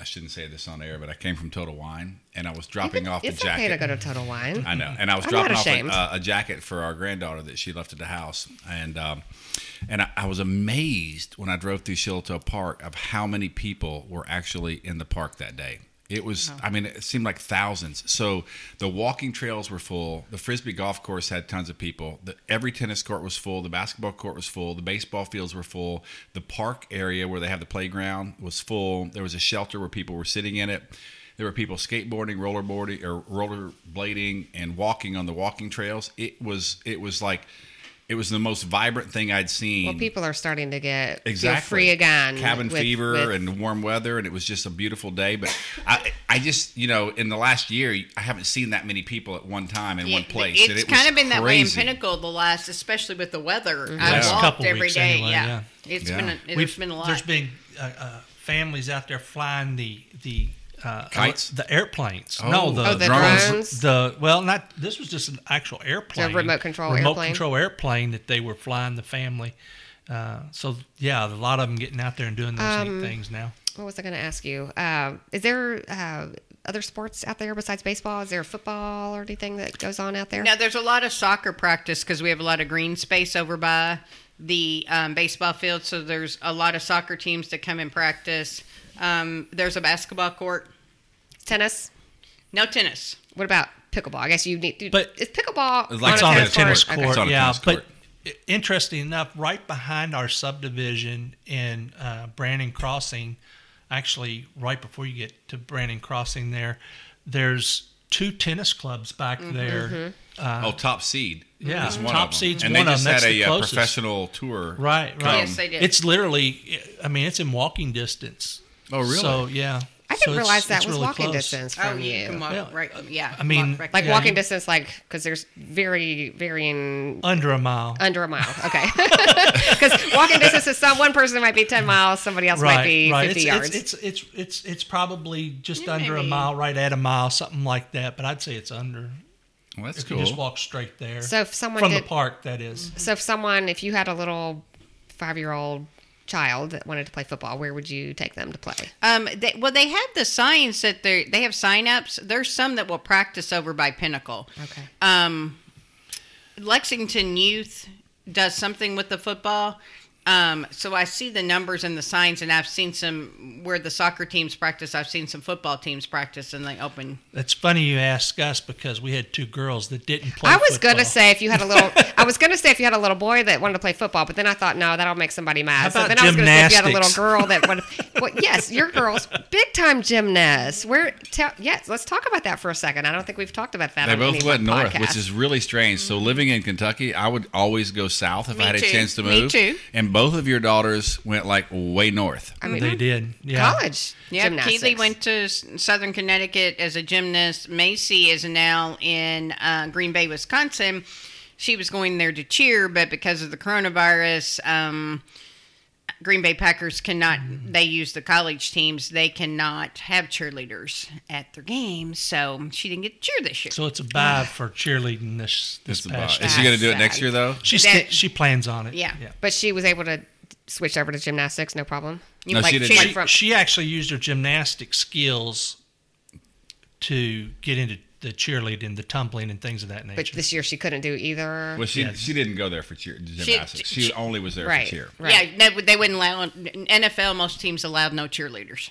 Speaker 5: I shouldn't say this on air, but I came from Total Wine and I was dropping off the
Speaker 1: it's
Speaker 5: jacket.
Speaker 1: okay to go to Total Wine.
Speaker 5: I know. And I was
Speaker 1: I'm not
Speaker 5: dropping off
Speaker 1: ashamed.
Speaker 5: a, uh, a jacket for our granddaughter that she left at the house. And, um, and I, I was amazed when I drove through Shelto Park of how many people were actually in the park that day. It was, I mean, it seemed like thousands. So the walking trails were full. The frisbee golf course had tons of people. The, every tennis court was full. The basketball court was full. The baseball fields were full. The park area where they have the playground was full. There was a shelter where people were sitting in it. There were people skateboarding, rollerboarding, or rollerblading, and walking on the walking trails. It was, it was like, it was the most vibrant thing I'd seen.
Speaker 1: Well, people are starting to get
Speaker 5: exactly
Speaker 1: feel free again.
Speaker 5: cabin
Speaker 1: with-
Speaker 5: fever
Speaker 1: with-
Speaker 5: and warm weather and it was just a beautiful day but i i just you know in the last year i haven't seen that many people at one time in
Speaker 4: Yeah,
Speaker 5: one
Speaker 4: th-
Speaker 5: place
Speaker 4: It's
Speaker 5: and it was
Speaker 4: kind of been that way in
Speaker 5: crazy.
Speaker 4: Pinnacle the last, especially with the weather. I
Speaker 3: Last
Speaker 4: walked
Speaker 3: couple
Speaker 4: every
Speaker 3: weeks
Speaker 4: day.
Speaker 3: anyway,
Speaker 4: yeah. it's
Speaker 5: Yeah.
Speaker 4: been a,
Speaker 3: We've-
Speaker 4: there's been a lot.
Speaker 3: There's been uh, uh, families out there flying the the uh,
Speaker 5: Kites?
Speaker 3: the airplanes.
Speaker 5: Oh.
Speaker 3: no, the,
Speaker 1: Oh, the
Speaker 5: drones.
Speaker 1: drones?
Speaker 3: The well, not this was just an actual airplane,
Speaker 1: The remote control
Speaker 3: remote
Speaker 1: airplane?
Speaker 3: control airplane that they were flying the family. Uh, so yeah, a lot of them getting out there and doing those neat things now.
Speaker 1: What was I going to ask you? Uh, is there uh, other sports out there besides baseball? Is there football or anything that goes on out there?
Speaker 4: now there's a lot of soccer practice because we have a lot of green space over by the um, baseball field. So there's a lot of soccer teams that come and practice. Um, there's a basketball court.
Speaker 1: Tennis?
Speaker 4: No tennis.
Speaker 1: What about pickleball? I guess you need to.
Speaker 3: But-
Speaker 1: is pickleball
Speaker 5: It's like
Speaker 3: it's
Speaker 5: a
Speaker 3: on a
Speaker 5: tennis
Speaker 3: tennis
Speaker 5: court.
Speaker 3: court.
Speaker 5: Okay. It's on a
Speaker 3: yeah,
Speaker 5: tennis court.
Speaker 3: but i- interesting enough, right behind our subdivision in uh, Brandon Crossing, actually right before you get to Brandon Crossing, there, there's two tennis clubs back
Speaker 1: Mm-hmm.
Speaker 3: there.
Speaker 5: oh top seed
Speaker 3: Uh-huh. Yeah,
Speaker 5: is one
Speaker 3: Top
Speaker 5: of them.
Speaker 3: Seed's
Speaker 5: and
Speaker 3: one
Speaker 5: they
Speaker 3: of
Speaker 5: just
Speaker 3: them. That's
Speaker 5: had
Speaker 3: the
Speaker 5: a uh,
Speaker 3: closest.
Speaker 5: professional tour
Speaker 3: Right, right.
Speaker 4: Yes, they did.
Speaker 3: It's literally, I mean, it's in walking distance.
Speaker 5: Oh, really?
Speaker 3: So yeah,
Speaker 1: I
Speaker 3: So
Speaker 1: didn't
Speaker 3: it's-
Speaker 1: realize that
Speaker 3: it's
Speaker 1: was
Speaker 3: really
Speaker 1: walking
Speaker 3: close.
Speaker 1: distance
Speaker 4: Oh,
Speaker 1: from
Speaker 4: you,
Speaker 1: you.
Speaker 4: can walk
Speaker 3: Yeah.
Speaker 4: right. Yeah,
Speaker 3: I mean,
Speaker 4: walk right
Speaker 1: Like
Speaker 4: there.
Speaker 3: Yeah,
Speaker 1: walking
Speaker 3: you-
Speaker 1: distance, like because there's very varying
Speaker 3: Under a mile.
Speaker 1: under a mile. Okay, because walking distance is some one person might be ten miles, somebody else might be fifty
Speaker 3: it's,
Speaker 1: yards.
Speaker 3: It's, it's it's it's it's probably just
Speaker 4: Yeah,
Speaker 3: under a
Speaker 4: maybe.
Speaker 3: mile, right at a mile, something like that. But I'd say it's under.
Speaker 5: well, that's
Speaker 3: If you just
Speaker 5: cool
Speaker 3: walk straight there.
Speaker 1: So if someone
Speaker 3: from
Speaker 1: did-
Speaker 3: the park, that is.
Speaker 1: So if someone, if you had a little five-year-old child that wanted to play football, where would you take them to play?
Speaker 4: Um, they, well, they have the signs that they they have signups. There's some that will practice over by Pinnacle.
Speaker 1: Okay.
Speaker 4: Um, Lexington Youth does something with the football, Um, so I see the numbers and the signs, and I've seen some where the soccer teams practice. I've seen some football teams practice, and they open.
Speaker 3: That's funny you ask us because we had two girls that didn't play.
Speaker 1: I was
Speaker 3: football.
Speaker 1: gonna say if you had a little, I was gonna say if you had a little boy that wanted to play football, but then I thought no, that'll make somebody mad.
Speaker 3: How
Speaker 1: so then
Speaker 3: about
Speaker 1: I was gonna say if you had a little
Speaker 3: gymnastics?
Speaker 1: girl that wanted, well, yes, your girl's big time gymnast. Where, tell, yes, let's talk about that for a second. I don't think we've talked about that.
Speaker 5: They
Speaker 1: on
Speaker 5: both
Speaker 1: any one
Speaker 5: went north,
Speaker 1: podcast.
Speaker 5: which is really strange. So living in Kentucky, I would always go south if
Speaker 4: Mm-hmm. Me
Speaker 5: I had
Speaker 4: too.
Speaker 5: a chance to
Speaker 4: Me
Speaker 5: move.
Speaker 4: too.
Speaker 5: And both of your daughters went like way north.
Speaker 1: I mean,
Speaker 3: they did. Yeah.
Speaker 1: college
Speaker 4: Yeah,
Speaker 1: gymnastics.
Speaker 4: Keely went to S- Southern Connecticut as a gymnast. Macy is now in uh, Green Bay, Wisconsin. She was going there to cheer, but because of the coronavirus, um, Green Bay Packers cannot. They use the college teams. They cannot have cheerleaders at their games, so she didn't get to cheer this year.
Speaker 3: So it's a vibe for cheerleading this this
Speaker 5: It's about-
Speaker 3: past
Speaker 5: Is
Speaker 3: year.
Speaker 5: she going to do it
Speaker 1: That's
Speaker 5: next
Speaker 1: sad.
Speaker 5: year though?
Speaker 3: She sti-
Speaker 4: That-
Speaker 3: she plans on it.
Speaker 4: Yeah.
Speaker 1: but she was able to switch over to gymnastics, no problem.
Speaker 4: you
Speaker 5: No,
Speaker 4: like
Speaker 5: she didn't.
Speaker 4: cheer
Speaker 5: She-
Speaker 4: from-
Speaker 3: She actually used her gymnastic skills to get into the cheerleading, the tumbling, and things of that
Speaker 1: But
Speaker 3: nature.
Speaker 1: this year she couldn't do either.
Speaker 5: Well, she
Speaker 3: Yes.
Speaker 5: she didn't go there for cheer gymnastics. She, only was there
Speaker 1: right,
Speaker 5: for cheer.
Speaker 1: right.
Speaker 4: Yeah, they, they wouldn't allow NFL. Most teams allowed no cheerleaders,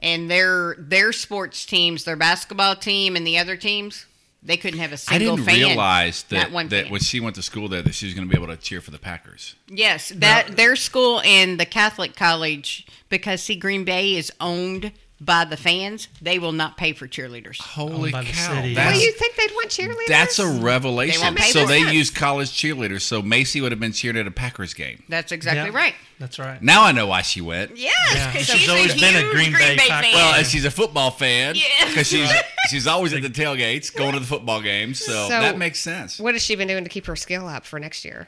Speaker 4: and their their sports teams, their basketball team, and the other teams, they couldn't have a
Speaker 5: I
Speaker 4: single
Speaker 5: didn't
Speaker 4: fan.
Speaker 5: realize that
Speaker 4: not one
Speaker 5: that
Speaker 4: fan.
Speaker 5: when she went to school there that she was going to be able to cheer for the Packers.
Speaker 4: yes, that their school and the Catholic college, because see, Green Bay is owned by the fans. They will not pay for cheerleaders.
Speaker 5: Holy
Speaker 3: by the
Speaker 5: cow!
Speaker 3: city.
Speaker 5: That's,
Speaker 1: Well, you think they'd want cheerleaders?
Speaker 5: that's a
Speaker 4: They
Speaker 5: revelation.
Speaker 4: won't pay
Speaker 5: so
Speaker 4: for
Speaker 5: they
Speaker 4: it.
Speaker 5: used college cheerleaders. So Macy would have been cheered at a Packers game.
Speaker 4: That's
Speaker 3: Yeah.
Speaker 4: exactly right.
Speaker 3: That's right.
Speaker 5: Now I know why she went.
Speaker 4: Yes,
Speaker 3: Yeah.
Speaker 4: 'cause
Speaker 3: She's always been a Green Bay Pac-
Speaker 5: Well, and she's a football fan.
Speaker 4: Yeah.
Speaker 5: Because she's she's always at the tailgates, going to the football games.
Speaker 1: So-
Speaker 5: So, that makes sense.
Speaker 1: What has she been doing to keep her skill up for next year?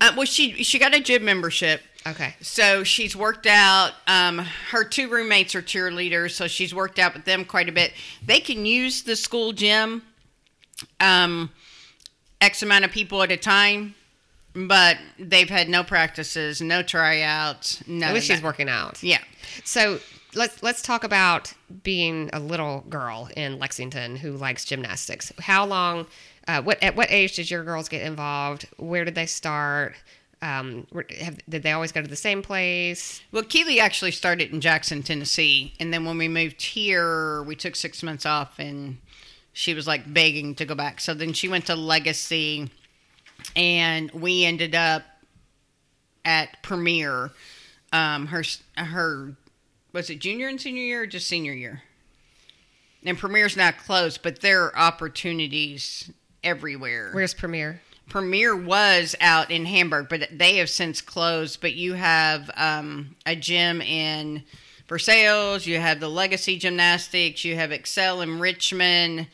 Speaker 4: uh, well, she she got a gym membership.
Speaker 1: Okay.
Speaker 4: So she's worked out. Um, her two roommates are cheerleaders, so she's worked out with them quite a bit. They can use the school gym, um, x amount of people at a time, but they've had no practices, no tryouts, no.
Speaker 1: At least she's working out.
Speaker 4: Yeah.
Speaker 1: So let's let's talk about being a little girl in Lexington who likes gymnastics. How long? Uh, what at what age did your girls get involved? Where did they start? Um, were- have, did they always go to the same place?
Speaker 4: Well, Keely actually started in Jackson, Tennessee, and then when we moved here, we took six months off, and she was like begging to go back. So then she went to Legacy, and we ended up at Premier. Um, her her was it junior and senior year, or just senior year? And Premier's not closed, but there are opportunities everywhere.
Speaker 1: Where's Premier?
Speaker 4: Premier was out in Hamburg, but they have since closed. But you have um, a gym in Versailles, you have the Legacy Gymnastics, you have Excel in Richmond.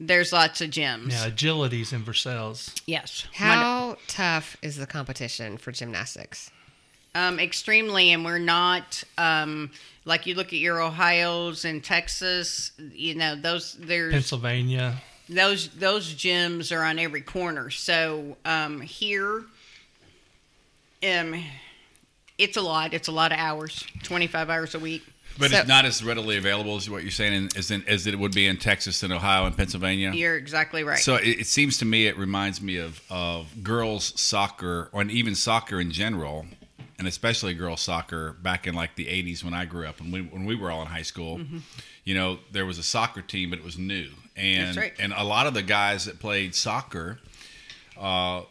Speaker 4: There's lots of gyms.
Speaker 3: Yeah, agilities in Versailles.
Speaker 4: Yes. Mon-
Speaker 1: How tough is the competition for gymnastics?
Speaker 4: Um, extremely, and we're not um, like you look at your Ohio's and Texas. You know those there's
Speaker 3: Pennsylvania.
Speaker 4: those those gyms are on every corner. So um, here, um, it's a lot. It's a lot of hours. Twenty five hours a week.
Speaker 5: But
Speaker 1: So-
Speaker 5: it's not as readily available as what you're saying in, as, in, as it would be in Texas and Ohio and Pennsylvania.
Speaker 4: You're exactly right.
Speaker 5: So it, it seems to me it reminds me of, of girls soccer or and even soccer in general, and especially girls soccer back in like the 80s when I grew up and we, when we were all in high school.
Speaker 1: Mm-hmm.
Speaker 5: You know, there was a soccer team, but it was new, and
Speaker 4: That's right.
Speaker 5: and a lot of the guys that played soccer uh,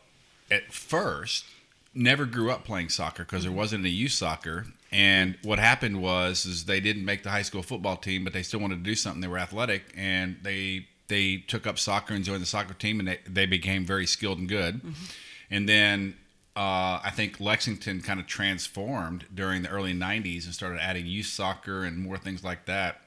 Speaker 5: at first never grew up playing soccer because
Speaker 4: Mm-hmm.
Speaker 5: there wasn't any youth soccer. And what happened was is they didn't make the high school football team, but they still wanted to do something. They were athletic, and they they took up soccer and joined the soccer team, and they, they became very skilled and good.
Speaker 4: Mm-hmm.
Speaker 5: And then uh, I think Lexington kind of transformed during the early '90s and started adding youth soccer and more things like that.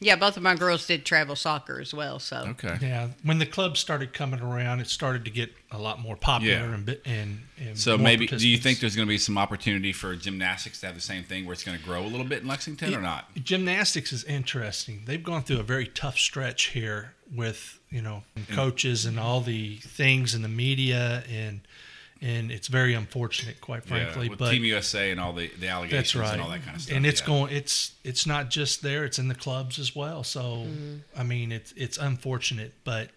Speaker 4: yeah, both of my girls did travel soccer as well. So
Speaker 5: Okay.
Speaker 3: Yeah, when the club started coming around, it started to get a lot more popular
Speaker 5: Yeah.
Speaker 3: and, bi- and and
Speaker 5: So
Speaker 3: more
Speaker 5: maybe do you
Speaker 3: participants.
Speaker 5: think there's going to be some opportunity for gymnastics to have the same thing where it's going to grow a little bit in Lexington or not?
Speaker 3: Gymnastics is interesting. They've gone through a very tough stretch here with you know
Speaker 5: Mm-hmm.
Speaker 3: coaches and all the things in the media and and it's very unfortunate, quite frankly.
Speaker 5: yeah, with
Speaker 3: but
Speaker 5: Team USA and all the, the allegations
Speaker 3: that's right,
Speaker 5: and all that kind of stuff.
Speaker 3: And it's
Speaker 5: yeah.
Speaker 3: going. It's it's not just there. It's in the clubs as well. So I mean, it's it's unfortunate, but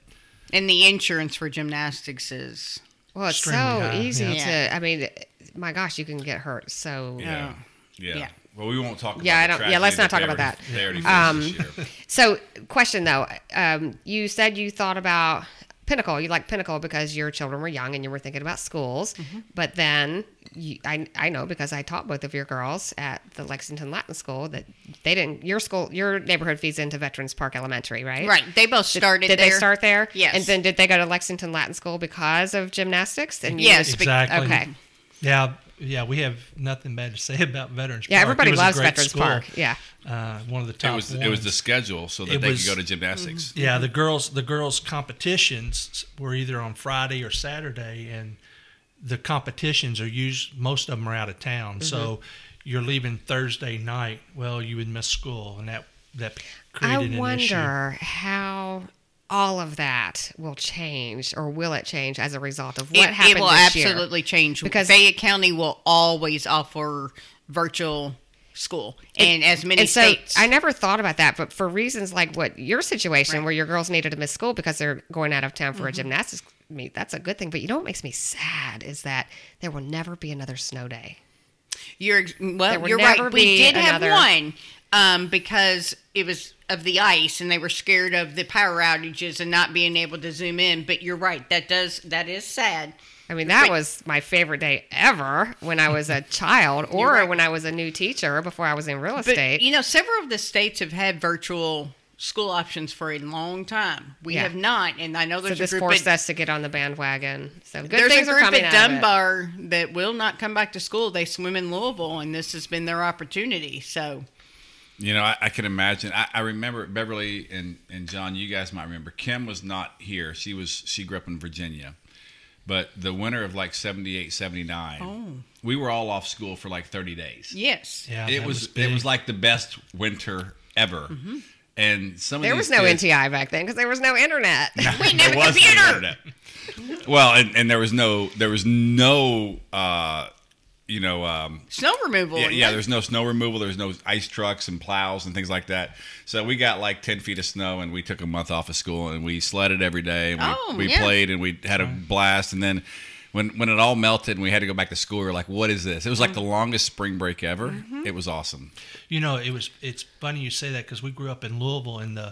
Speaker 4: and the insurance for gymnastics is
Speaker 1: Well, it's so
Speaker 3: Extremely high,
Speaker 1: easy
Speaker 4: yeah.
Speaker 1: to. I mean, my gosh, you can get hurt. So
Speaker 5: Yeah. Yeah.
Speaker 4: Yeah.
Speaker 5: Well, we won't talk.
Speaker 1: Yeah,
Speaker 5: about
Speaker 1: I
Speaker 5: the
Speaker 1: don't- yeah, let's
Speaker 5: tragedy
Speaker 1: not talk about that. Um,
Speaker 5: they already- They already faced this year.
Speaker 1: So, question though, um, you said you thought about Pinnacle. You like Pinnacle because your children were young and you were thinking about schools.
Speaker 4: Mm-hmm.
Speaker 1: But then you, I, I know because I taught both of your girls at the Lexington Latin School that they didn't. Your school, your neighborhood feeds into Veterans Park Elementary, right?
Speaker 4: Right. They both
Speaker 1: Did-
Speaker 4: started
Speaker 1: Did,
Speaker 4: there.
Speaker 1: they start there?
Speaker 4: Yes.
Speaker 1: And then did they go to Lexington Latin School because of gymnastics? And you
Speaker 4: Yes.
Speaker 1: just-
Speaker 3: Exactly.
Speaker 1: Okay.
Speaker 3: Yeah, yeah, we have nothing bad to say about Veterans
Speaker 1: Yeah,
Speaker 3: Park. It
Speaker 1: everybody
Speaker 3: was a
Speaker 1: loves
Speaker 3: great
Speaker 1: Veterans
Speaker 3: school.
Speaker 1: Park. Yeah.
Speaker 3: Uh, one of the top
Speaker 5: It was
Speaker 3: ones.
Speaker 5: it was the schedule so that
Speaker 3: It
Speaker 5: they
Speaker 3: was-
Speaker 5: could go to gymnastics.
Speaker 1: Mm-hmm.
Speaker 3: Yeah, the girls the girls competitions were either on Friday or Saturday, and the competitions are used. Most of them are out of town, so
Speaker 1: Mm-hmm.
Speaker 3: you're leaving Thursday night. Well, you would miss school, and that that created
Speaker 1: I
Speaker 3: an issue.
Speaker 1: wonder how all of that will change, or will it change as a result of what
Speaker 4: It,
Speaker 1: happened
Speaker 4: it will
Speaker 1: this year?
Speaker 4: absolutely change
Speaker 1: Because-
Speaker 4: because Fayette County will always offer virtual school and as many
Speaker 1: And so
Speaker 4: states.
Speaker 1: I never thought about that, but for reasons like what your situation, where your girls needed to miss school because they're going out of town for a
Speaker 4: Mm-hmm.
Speaker 1: gymnastics meet, that's a good thing. But you know what makes me sad is that there will never be another snow day.
Speaker 4: You're ex-
Speaker 1: There
Speaker 4: well.
Speaker 1: will
Speaker 4: You're
Speaker 1: never
Speaker 4: right.
Speaker 1: be
Speaker 4: We did
Speaker 1: another-
Speaker 4: have one um, because it was of the ice, and they were scared of the power outages and not being able to zoom in. But you're right. That does that is sad.
Speaker 1: I mean, that was my favorite day ever when I was a child or
Speaker 4: right.
Speaker 1: when I was a new teacher before I was in real
Speaker 4: But
Speaker 1: estate.
Speaker 4: you know, several of the states have had virtual school options for a long time. We
Speaker 1: Yeah.
Speaker 4: have not, and I know
Speaker 1: so
Speaker 4: there's
Speaker 1: this
Speaker 4: a group.
Speaker 1: forced
Speaker 4: At,
Speaker 1: us to get on the bandwagon. So good
Speaker 4: there's
Speaker 1: things
Speaker 4: a
Speaker 1: are
Speaker 4: group
Speaker 1: coming
Speaker 4: at
Speaker 1: out of it.
Speaker 4: Dunbar that will not come back to school. They swim in Louisville, and this has been their opportunity. So
Speaker 5: You know, I, I can imagine. I, I remember Beverly and, and John. You guys might remember. Kim was not here. She was she grew up in Virginia, but the winter of like 78, 79,
Speaker 1: Oh.
Speaker 5: we were all off school for like thirty days.
Speaker 4: yes,
Speaker 3: Yeah,
Speaker 5: it
Speaker 3: that
Speaker 5: was,
Speaker 3: big.
Speaker 5: it was like the best winter ever. And some
Speaker 1: Mm-hmm.
Speaker 5: of
Speaker 1: There
Speaker 5: these
Speaker 1: was no
Speaker 5: kids-
Speaker 1: NTI back then because there was no internet.
Speaker 5: we knew there was no internet. well, and, and there was no there was no uh, you know um,
Speaker 4: snow removal.
Speaker 5: yeah,
Speaker 4: and
Speaker 5: yeah,
Speaker 4: that-
Speaker 5: there's no snow removal. There's no ice trucks and plows and things like that. So we got like 10 feet of snow and we took a month off of school and we sledded every day. And we,
Speaker 4: Oh,
Speaker 5: we
Speaker 4: yeah.
Speaker 5: played and we had a blast. And then when, when it all melted and we had to go back to school, we were like, what is this? It was like
Speaker 4: Mm.
Speaker 5: the longest spring break ever.
Speaker 4: Mm-hmm.
Speaker 5: It was awesome.
Speaker 3: You know, it was it's funny you say that because we grew up in Louisville and the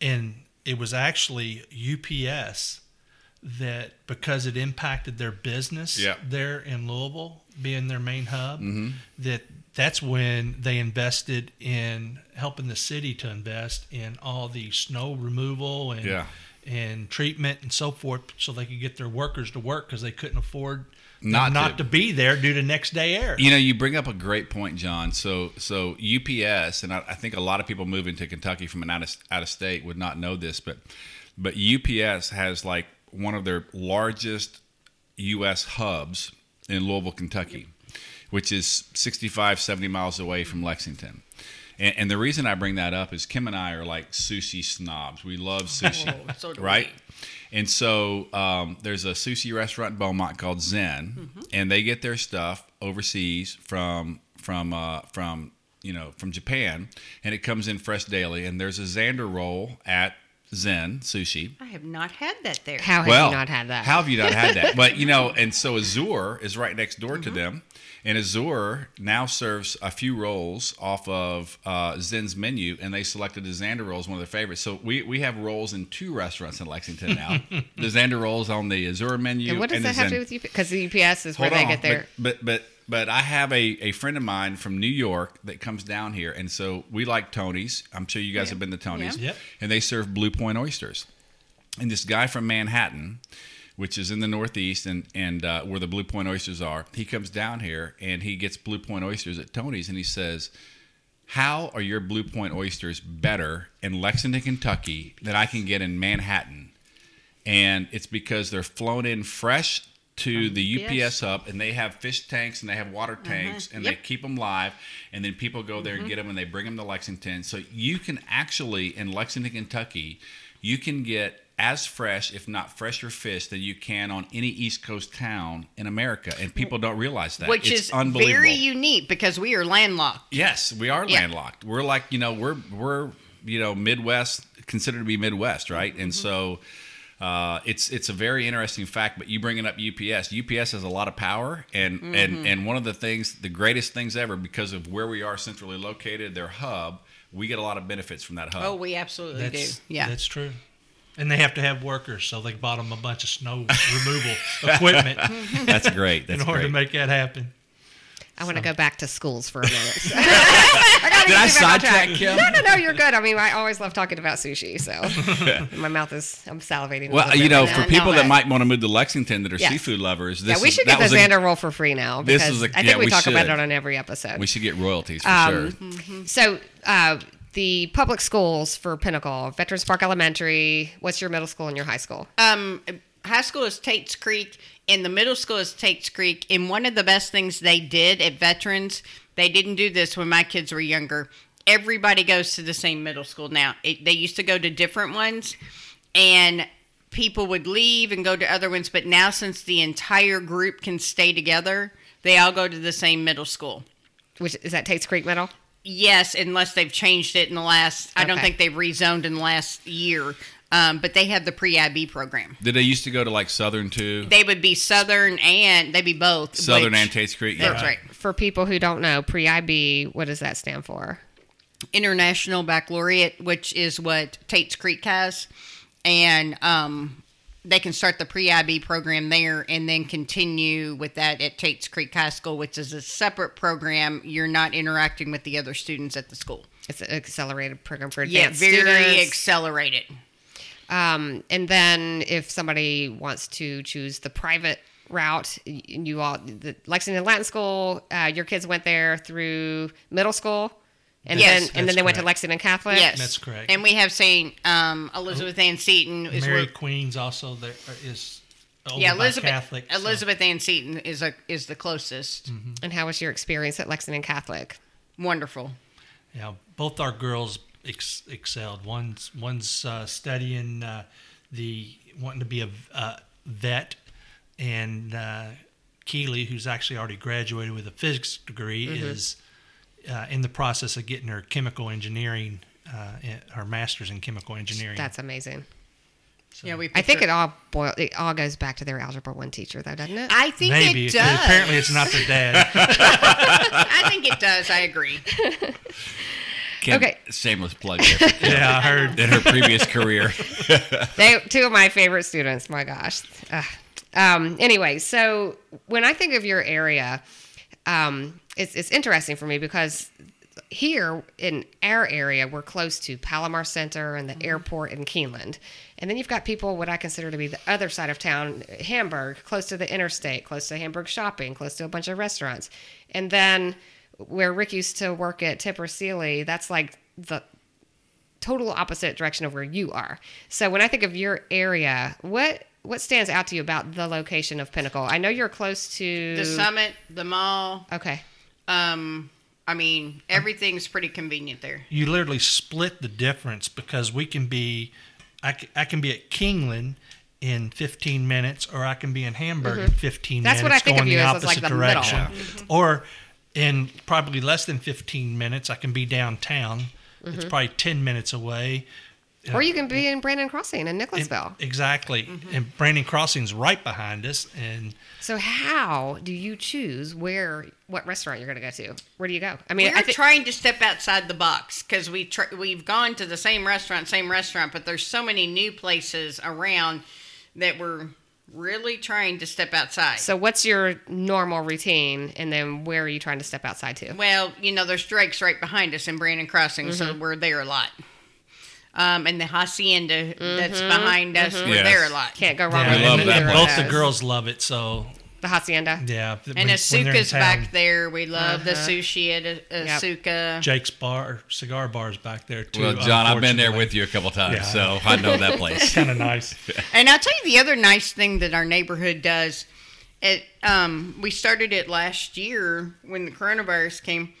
Speaker 3: and it was actually UPS that because it impacted their business
Speaker 5: Yeah. Mm-hmm.
Speaker 3: there in Louisville being their main hub that that's when they invested in helping the city to invest in all the snow removal and
Speaker 5: Yeah.
Speaker 3: and treatment and so forth so they could get their workers to work because they couldn't afford them
Speaker 5: Not to.
Speaker 3: not to. be there due to next day air.
Speaker 5: You know, you bring up a great point, John. So, so UPS, and I, I think a lot of people moving to Kentucky from an out of, out of state would not know this, but but UPS has like one of their largest U.S. hubs in Louisville, Kentucky, which is 65, 70 miles away from Lexington. And, and the reason I bring that up is Kim and I are like sushi snobs. We love sushi,
Speaker 4: Oh, so do we.
Speaker 5: right? And so um, there's a sushi restaurant in Beaumont called Zen,
Speaker 4: Mm-hmm.
Speaker 5: and they get their stuff overseas from from uh, from you know from Japan, and it comes in fresh daily. And there's a Xander roll at Zen Sushi.
Speaker 4: I have not had that there.
Speaker 1: How have you not had that?
Speaker 5: How have you not had that? But you know, and so Azure is right next door
Speaker 1: Mm-hmm.
Speaker 5: to them, and Azure now serves a few rolls off of uh, Zen's menu, and they selected the Xander roll as one of their favorites. So we we have rolls in two restaurants in Lexington now. the Xander rolls on the Azure menu.
Speaker 1: and what does
Speaker 5: the
Speaker 1: that have
Speaker 5: Zen-
Speaker 1: to do with UPS? Because the UPS is where they get their.
Speaker 5: but, but but but I have a, a friend of mine from New York that comes down here, and so we like Tony's. I'm sure you guys have been to Tony's,
Speaker 3: Yeah. Yep.
Speaker 5: and they serve Blue Point oysters. And this guy from Manhattan, which is in the Northeast, and and uh, where the Blue Point oysters are, he comes down here and he gets Blue Point oysters at Tony's, and he says. How are your Blue Point oysters better in Lexington, Kentucky than I can get in Manhattan? and it's because they're flown in fresh to the UPS hub, and they have fish tanks and they have water tanks, and they
Speaker 4: Uh-huh. Yep. Mm-hmm.
Speaker 5: keep them live, and then people go there and get them, and they bring them to Lexington. So you can actually in Lexington, Kentucky, you can get as fresh, if not fresher, fish than you can on any East Coast town in America, and people don't realize that,
Speaker 4: which
Speaker 5: It's
Speaker 4: is
Speaker 5: unbelievable.
Speaker 4: very unique because we are landlocked.
Speaker 5: Yes, we are
Speaker 4: Yeah.
Speaker 5: landlocked. We're like you know we're we're you know Midwest considered to be Midwest, right? And so Uh, it's it's a very interesting fact, but you bringing up UPS. UPS has a lot of power, and and and one of the things, the greatest things ever, because of where we are centrally located, their hub, we get a lot of benefits from that hub.
Speaker 4: Oh, we absolutely do.
Speaker 3: That's,
Speaker 4: Yeah.
Speaker 3: that's true. And they have to have workers, so they bought them a bunch of snow removal equipment
Speaker 5: That's great. That's
Speaker 3: in order
Speaker 5: great.
Speaker 3: to make that happen.
Speaker 1: I want to go back to schools for a minute.
Speaker 5: Did I
Speaker 1: get you back on
Speaker 5: sidetrack
Speaker 1: track.
Speaker 5: Kim?
Speaker 1: No, no, no, you're good. I mean, I always love talking about sushi, so my mouth is I'm salivating. a little
Speaker 5: Well,
Speaker 1: bit
Speaker 5: you know,
Speaker 1: right
Speaker 5: for
Speaker 1: now.
Speaker 5: people
Speaker 4: know
Speaker 5: that
Speaker 4: it.
Speaker 5: might want to move to Lexington that are
Speaker 1: Yes.
Speaker 5: seafood lovers, this
Speaker 1: yeah, we
Speaker 5: is,
Speaker 1: should
Speaker 5: that
Speaker 1: get the
Speaker 5: was a-
Speaker 1: Xander roll for free now
Speaker 5: This
Speaker 1: because
Speaker 5: is
Speaker 1: I
Speaker 5: a-
Speaker 1: think
Speaker 5: yeah,
Speaker 1: we,
Speaker 5: we
Speaker 1: talk about
Speaker 5: should.
Speaker 1: it on every episode.
Speaker 5: we should get royalties for sure.
Speaker 1: so, uh, the public schools for Pinnacle, Veterans Park Elementary. What's your middle school and your high school?
Speaker 4: um, high school is Tate's Creek, and the middle school is Tate's Creek. And one of the best things they did at Veterans, they didn't do this when my kids were younger. Everybody goes to the same middle school now. It, they used to go to different ones, and people would leave and go to other ones. But now, since the entire group can stay together, they all go to the same middle school.
Speaker 1: Which is that Tate's Creek Middle?
Speaker 4: Yes, unless they've changed it in the last. I don't
Speaker 1: Okay.
Speaker 4: think they've rezoned in the last year. Um, but they have the pre-IB program.
Speaker 5: Did they used to go to like Southern too?
Speaker 4: They would be Southern and they'd be both.
Speaker 5: Southern
Speaker 4: which-
Speaker 5: and Tate's Creek.
Speaker 4: That's right.
Speaker 1: For people who don't know, pre-IB. What does that stand for?
Speaker 4: International Baccalaureate, which is what Tate's Creek has, and um, they can start the pre-IB program there and then continue with that at Tate's Creek High School, which is a separate program. You're not interacting with the other students at the school.
Speaker 1: It's an accelerated program for
Speaker 4: Yeah,
Speaker 1: advanced
Speaker 4: very
Speaker 1: students.
Speaker 4: accelerated.
Speaker 1: Um, and then if somebody wants to choose the private route, y- you all, the Lexington Latin School, uh, your kids went there through middle school, and
Speaker 4: Yes.
Speaker 1: then and then
Speaker 3: That's
Speaker 1: they went to
Speaker 3: correct.
Speaker 1: Lexington Catholic.
Speaker 4: Yes,
Speaker 3: That's correct.
Speaker 4: And we have seen um, Elizabeth Ann Seton is
Speaker 3: Mary
Speaker 4: where,
Speaker 3: Queen's also there uh, is over
Speaker 4: yeah
Speaker 3: by
Speaker 4: Elizabeth
Speaker 3: Catholic. so- Hmm.
Speaker 4: Elizabeth Ann Seton is a is the closest.
Speaker 1: And how was your experience at Lexington Catholic?
Speaker 4: Wonderful.
Speaker 3: Yeah, both our girls ex- excelled. One's one's uh, studying uh, the wanting to be a uh, vet, and uh, Keely, who's actually already graduated with a physics degree,
Speaker 4: Mm-hmm.
Speaker 3: is uh, in the process of getting her chemical engineering, uh, in- her master's in chemical engineering.
Speaker 1: That's amazing.
Speaker 4: Yeah, we.
Speaker 1: I think
Speaker 4: picture-
Speaker 1: it all boil it all goes back to their algebra one teacher though, doesn't it?
Speaker 4: I think
Speaker 3: Maybe
Speaker 4: it
Speaker 3: 'cause
Speaker 4: does.
Speaker 3: apparently it's not their dad.
Speaker 4: I think it does. I agree.
Speaker 5: Kim,
Speaker 1: Okay.
Speaker 5: Shameless plug there
Speaker 3: yeah, I heard.
Speaker 5: in her previous career.
Speaker 1: they two of my favorite students. My gosh. Ugh. Um, anyway, so when I think of your area, um, it's it's interesting for me because here in our area we're close to Palomar Center and the airport in Keeneland, and then you've got people what I consider to be the other side of town, Hamburg, close to the interstate, close to Hamburg shopping, close to a bunch of restaurants, and then where Rick used to work at Tipper Sealy, that's like the total opposite direction of where you are. So when I think of your area, what what stands out to you about the location of Pinnacle? I know you're close to
Speaker 4: The summit, the mall.
Speaker 1: Okay.
Speaker 4: Um, I mean, everything's pretty convenient there.
Speaker 3: you literally split the difference because we can be I, c- I can be at Kingland in 15 minutes or I can be in Hamburg in 15
Speaker 1: Mm-hmm. That's
Speaker 3: minutes
Speaker 1: what I think of
Speaker 3: going
Speaker 1: you
Speaker 3: the
Speaker 1: as, as
Speaker 3: opposite
Speaker 1: like the middle. Mm-hmm.
Speaker 3: direction or in probably less than 15 minutes I can be downtown
Speaker 1: Mm-hmm.
Speaker 3: it's probably 10 minutes away
Speaker 1: Or you can be in Brandon Crossing in Nicholasville.
Speaker 3: exactly
Speaker 1: Mm-hmm.
Speaker 3: and Brandon Crossing's right behind us and
Speaker 1: So how do you choose where what restaurant you're going to go to? Where do you go? I mean,
Speaker 4: We're
Speaker 1: I think
Speaker 4: trying to step outside the box because we tr- we've gone to the same restaurant, same restaurant, but there's so many new places around that we're really trying to step outside.
Speaker 1: so what's your normal routine and then where are you trying to step outside to?
Speaker 4: Well, you know, there's Drake's right behind us in Brandon Crossing,
Speaker 3: Mm-hmm.
Speaker 4: so we're there a lot. Um, and the hacienda that's
Speaker 3: Mm-hmm.
Speaker 4: behind us, we're
Speaker 5: Yes.
Speaker 4: there a lot.
Speaker 1: Can't go wrong
Speaker 3: Yeah,
Speaker 1: with
Speaker 5: love
Speaker 1: either
Speaker 3: and- and
Speaker 5: that
Speaker 1: of
Speaker 3: both the
Speaker 1: those.
Speaker 3: girls love it so
Speaker 1: The hacienda.
Speaker 3: yeah th-
Speaker 4: And
Speaker 3: when- when they're in
Speaker 4: Asuka's
Speaker 3: town, Uh-huh.
Speaker 4: back there. We love the sushi at A-
Speaker 1: Yep.
Speaker 4: Asuka.
Speaker 3: Jake's bar cigar bar's back there too
Speaker 5: well, John, I've been there with you a couple times,
Speaker 3: Yeah.
Speaker 5: so I know that place.
Speaker 3: kind of nice
Speaker 4: And I'll tell you the other nice thing that our neighborhood does. It um, we started it last year when the coronavirus came.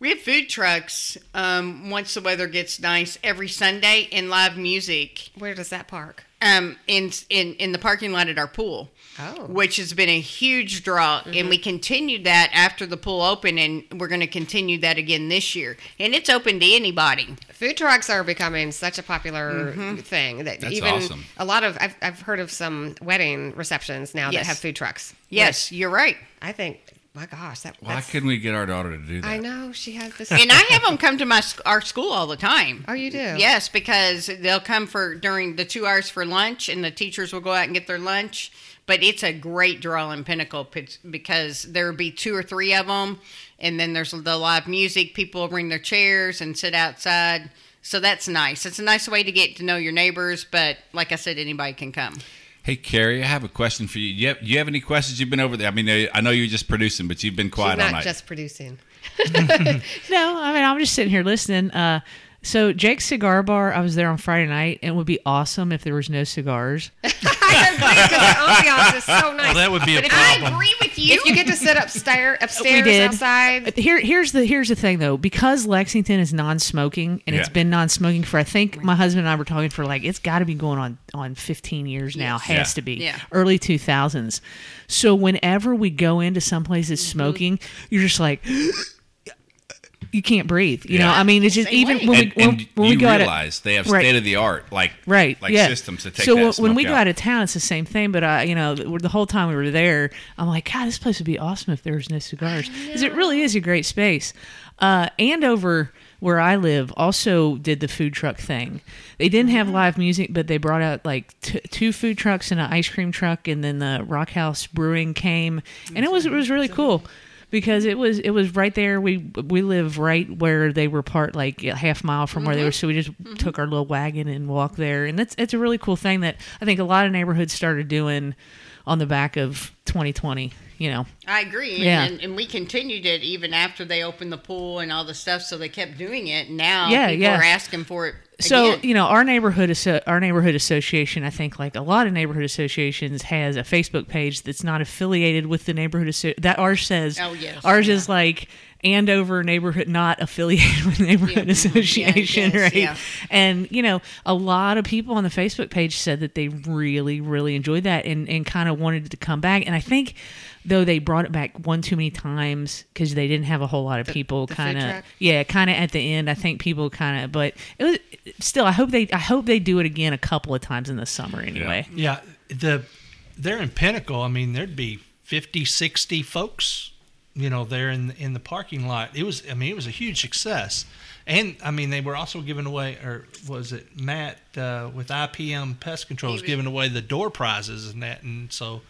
Speaker 4: We have food trucks um, once the weather gets nice every Sunday and live music.
Speaker 1: Where does that park?
Speaker 4: um, in in in the parking lot at our pool,
Speaker 1: Oh.
Speaker 4: which has been a huge draw, and we continued that after the pool opened, and we're going to continue that again this year, and it's open to anybody.
Speaker 1: food trucks are becoming such a popular
Speaker 4: Mm-hmm.
Speaker 1: thing that
Speaker 5: That's
Speaker 1: even
Speaker 5: awesome.
Speaker 1: a lot of I've, I've heard of some wedding receptions now that
Speaker 4: Yes.
Speaker 1: have food trucks.
Speaker 4: Yes, you're right.
Speaker 1: I think my gosh, that
Speaker 5: Why
Speaker 1: that's-
Speaker 5: couldn't we get our daughter to do that?
Speaker 1: I know she has this.
Speaker 4: and I have them come to my sc- our school all the time.
Speaker 1: Oh, you do?
Speaker 4: Yes, because they'll come for during the two hours for lunch, and the teachers will go out and get their lunch. But it's a great draw in Pinnacle pits- because there'll be two or three of them, and then there's the live music. People will bring their chairs and sit outside. So that's nice. It's a nice way to get to know your neighbors, but like I said, anybody can come.
Speaker 5: Hey Carrie, I have a question for you. You have, you have any questions? You've been over there. I mean, I I know you're just producing, but you've been
Speaker 1: She's
Speaker 5: quiet all
Speaker 1: not
Speaker 5: night.
Speaker 1: just producing.
Speaker 2: No, I mean I'm just sitting here listening. Uh, so Jake's cigar bar, I was there on Friday night, and it would be awesome if there was no cigars.
Speaker 1: I agree because the ambiance is so nice.
Speaker 3: Well, that would be a
Speaker 1: But if I
Speaker 3: problem.
Speaker 1: agree with you. If you get to sit upstairs, upstairs, outside.
Speaker 2: Here, here's the here's the thing though, because Lexington is non-smoking and it's
Speaker 5: Yeah.
Speaker 2: been non-smoking for I think my husband and I were talking for like it's got to be going on on 15 years now, has
Speaker 5: Yeah.
Speaker 2: to be
Speaker 4: Yeah.
Speaker 2: early 2000s. So whenever we go into someplace that's smoking, you're just like. You can't breathe. You know,
Speaker 5: Yeah.
Speaker 2: I mean, it's just
Speaker 4: Same
Speaker 2: even
Speaker 4: way.
Speaker 2: when
Speaker 5: and,
Speaker 2: we when,
Speaker 5: and
Speaker 2: when we
Speaker 5: you
Speaker 2: go out at-
Speaker 5: realize they have
Speaker 2: Right.
Speaker 5: state of the art like
Speaker 2: right
Speaker 5: like
Speaker 2: yeah.
Speaker 5: systems to take
Speaker 2: so
Speaker 5: that
Speaker 2: when- when
Speaker 5: smoke
Speaker 2: we go
Speaker 5: out.
Speaker 2: out of town it's the same thing but i you know the the whole time we were there i'm like god this place would be awesome if there was no cigars because it really is a great space uh andover where i live also did the food truck thing they didn't have live music but they brought out like t- two food trucks and an ice cream truck and then the rock house brewing came and it was it was really cool because it was it was right there. We we live right where they were part like a half mile from
Speaker 4: Mm-hmm.
Speaker 2: where they were. So we just took our little wagon and walked there, and that's it's a really cool thing that I think a lot of neighborhoods started doing on the back of 2020. You know,
Speaker 4: I agree.
Speaker 2: Yeah.
Speaker 4: And, and we continued it even after they opened the pool and all the stuff. So they kept doing it. And now
Speaker 2: Yeah,
Speaker 4: people
Speaker 2: yeah.
Speaker 4: are asking for it.
Speaker 2: so
Speaker 4: again.
Speaker 2: you know our neighborhood asso- our neighborhood association i think like a lot of neighborhood associations has a facebook page that's not affiliated with the neighborhood asso- that ours says
Speaker 4: Oh, yes,
Speaker 2: ours
Speaker 4: yeah.
Speaker 2: is like andover neighborhood not affiliated with neighborhood association
Speaker 4: yes,
Speaker 2: right
Speaker 4: yeah.
Speaker 2: and you know a lot of people on the facebook page said that they really really enjoyed that and, and kind of wanted it to come back and i think though they brought it back one too many times because they didn't have a whole lot of people
Speaker 1: the food
Speaker 2: kind of
Speaker 1: truck?
Speaker 2: yeah kind of at the end i think people kind of but it was still i hope they i hope they do it again a couple of times in the summer anyway
Speaker 3: Yeah, the they're in Pinnacle. I mean, there'd be 50, 60 folks, you know, there in in the parking lot. It was, I mean, it was a huge success. And I mean, they were also giving away, or was it Matt uh, with IPM Pest Control was giving away the door prizes and that, and so.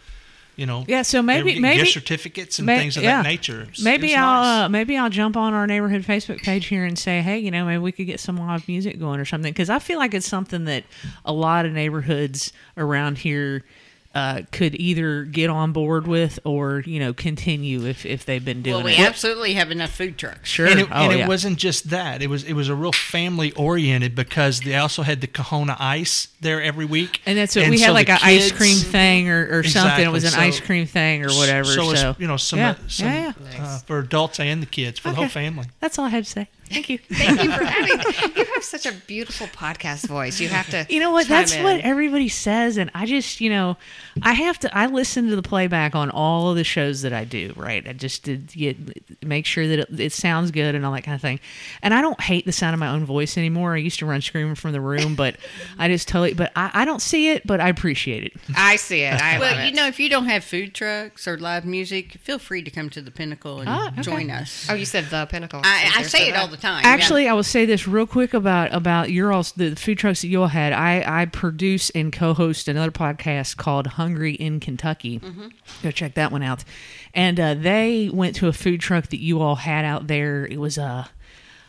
Speaker 3: You know,
Speaker 2: Yeah, so
Speaker 3: they were
Speaker 2: maybe-
Speaker 3: getting
Speaker 2: maybe-
Speaker 3: gift certificates and
Speaker 2: May-
Speaker 3: things of
Speaker 2: yeah.
Speaker 3: that nature. It's-
Speaker 2: maybe
Speaker 3: it's
Speaker 2: I'll
Speaker 3: nice.
Speaker 2: uh, maybe I'll jump on our neighborhood Facebook page here and say, hey, you know, maybe we could get some live music going or something because I feel like it's something that a lot of neighborhoods around here uh, could either get on board with or you know continue if if they've been doing
Speaker 4: Well, we
Speaker 2: it.
Speaker 4: absolutely have enough food trucks.
Speaker 2: Sure,
Speaker 3: And it,
Speaker 2: oh,
Speaker 3: and it
Speaker 2: yeah.
Speaker 3: wasn't just that. It was it was a real family oriented because they also had the Kahona Ice there every week.
Speaker 2: And that's what we had
Speaker 3: so
Speaker 2: like
Speaker 3: the
Speaker 2: an ice
Speaker 3: kids-
Speaker 2: cream thing or, or something. It was an
Speaker 3: Exactly.
Speaker 2: ice
Speaker 3: So-
Speaker 2: cream thing or whatever. So,
Speaker 3: it's, you know, some, uh,
Speaker 2: yeah.
Speaker 3: some
Speaker 2: yeah, yeah.
Speaker 3: uh, for adults and the kids, for the whole
Speaker 2: Okay.
Speaker 3: family.
Speaker 2: That's all I had to say. Thank you.
Speaker 1: Thank you for having. You have such a beautiful podcast voice. You have to.
Speaker 2: You know what?
Speaker 1: chime
Speaker 2: That's what
Speaker 1: in.
Speaker 2: everybody says, and I just, you know, I have to. I listen to the playback on all of the shows that I do, right? I just did get make sure that it, it sounds good and all that kind of thing. And I don't hate the sound of my own voice anymore. I used to run screaming from the room, but I just totally. But I, I don't see it, but I appreciate it.
Speaker 1: I see it. I love
Speaker 4: Well,
Speaker 1: it.
Speaker 4: you know, if you don't have food trucks or live music, feel free to come to the Pinnacle and
Speaker 2: Ah, okay.
Speaker 4: join us.
Speaker 1: Oh, you said the pinnacle.
Speaker 4: I,
Speaker 1: So
Speaker 4: I
Speaker 1: there's
Speaker 4: say it
Speaker 1: that.
Speaker 4: all the time.
Speaker 2: Actually, I will say this real quick about about your all the food trucks that you all had. I I produce and co-host another podcast called Hungry in Kentucky. Go check that one out. And uh, they went to a food truck that you all had out there. It was a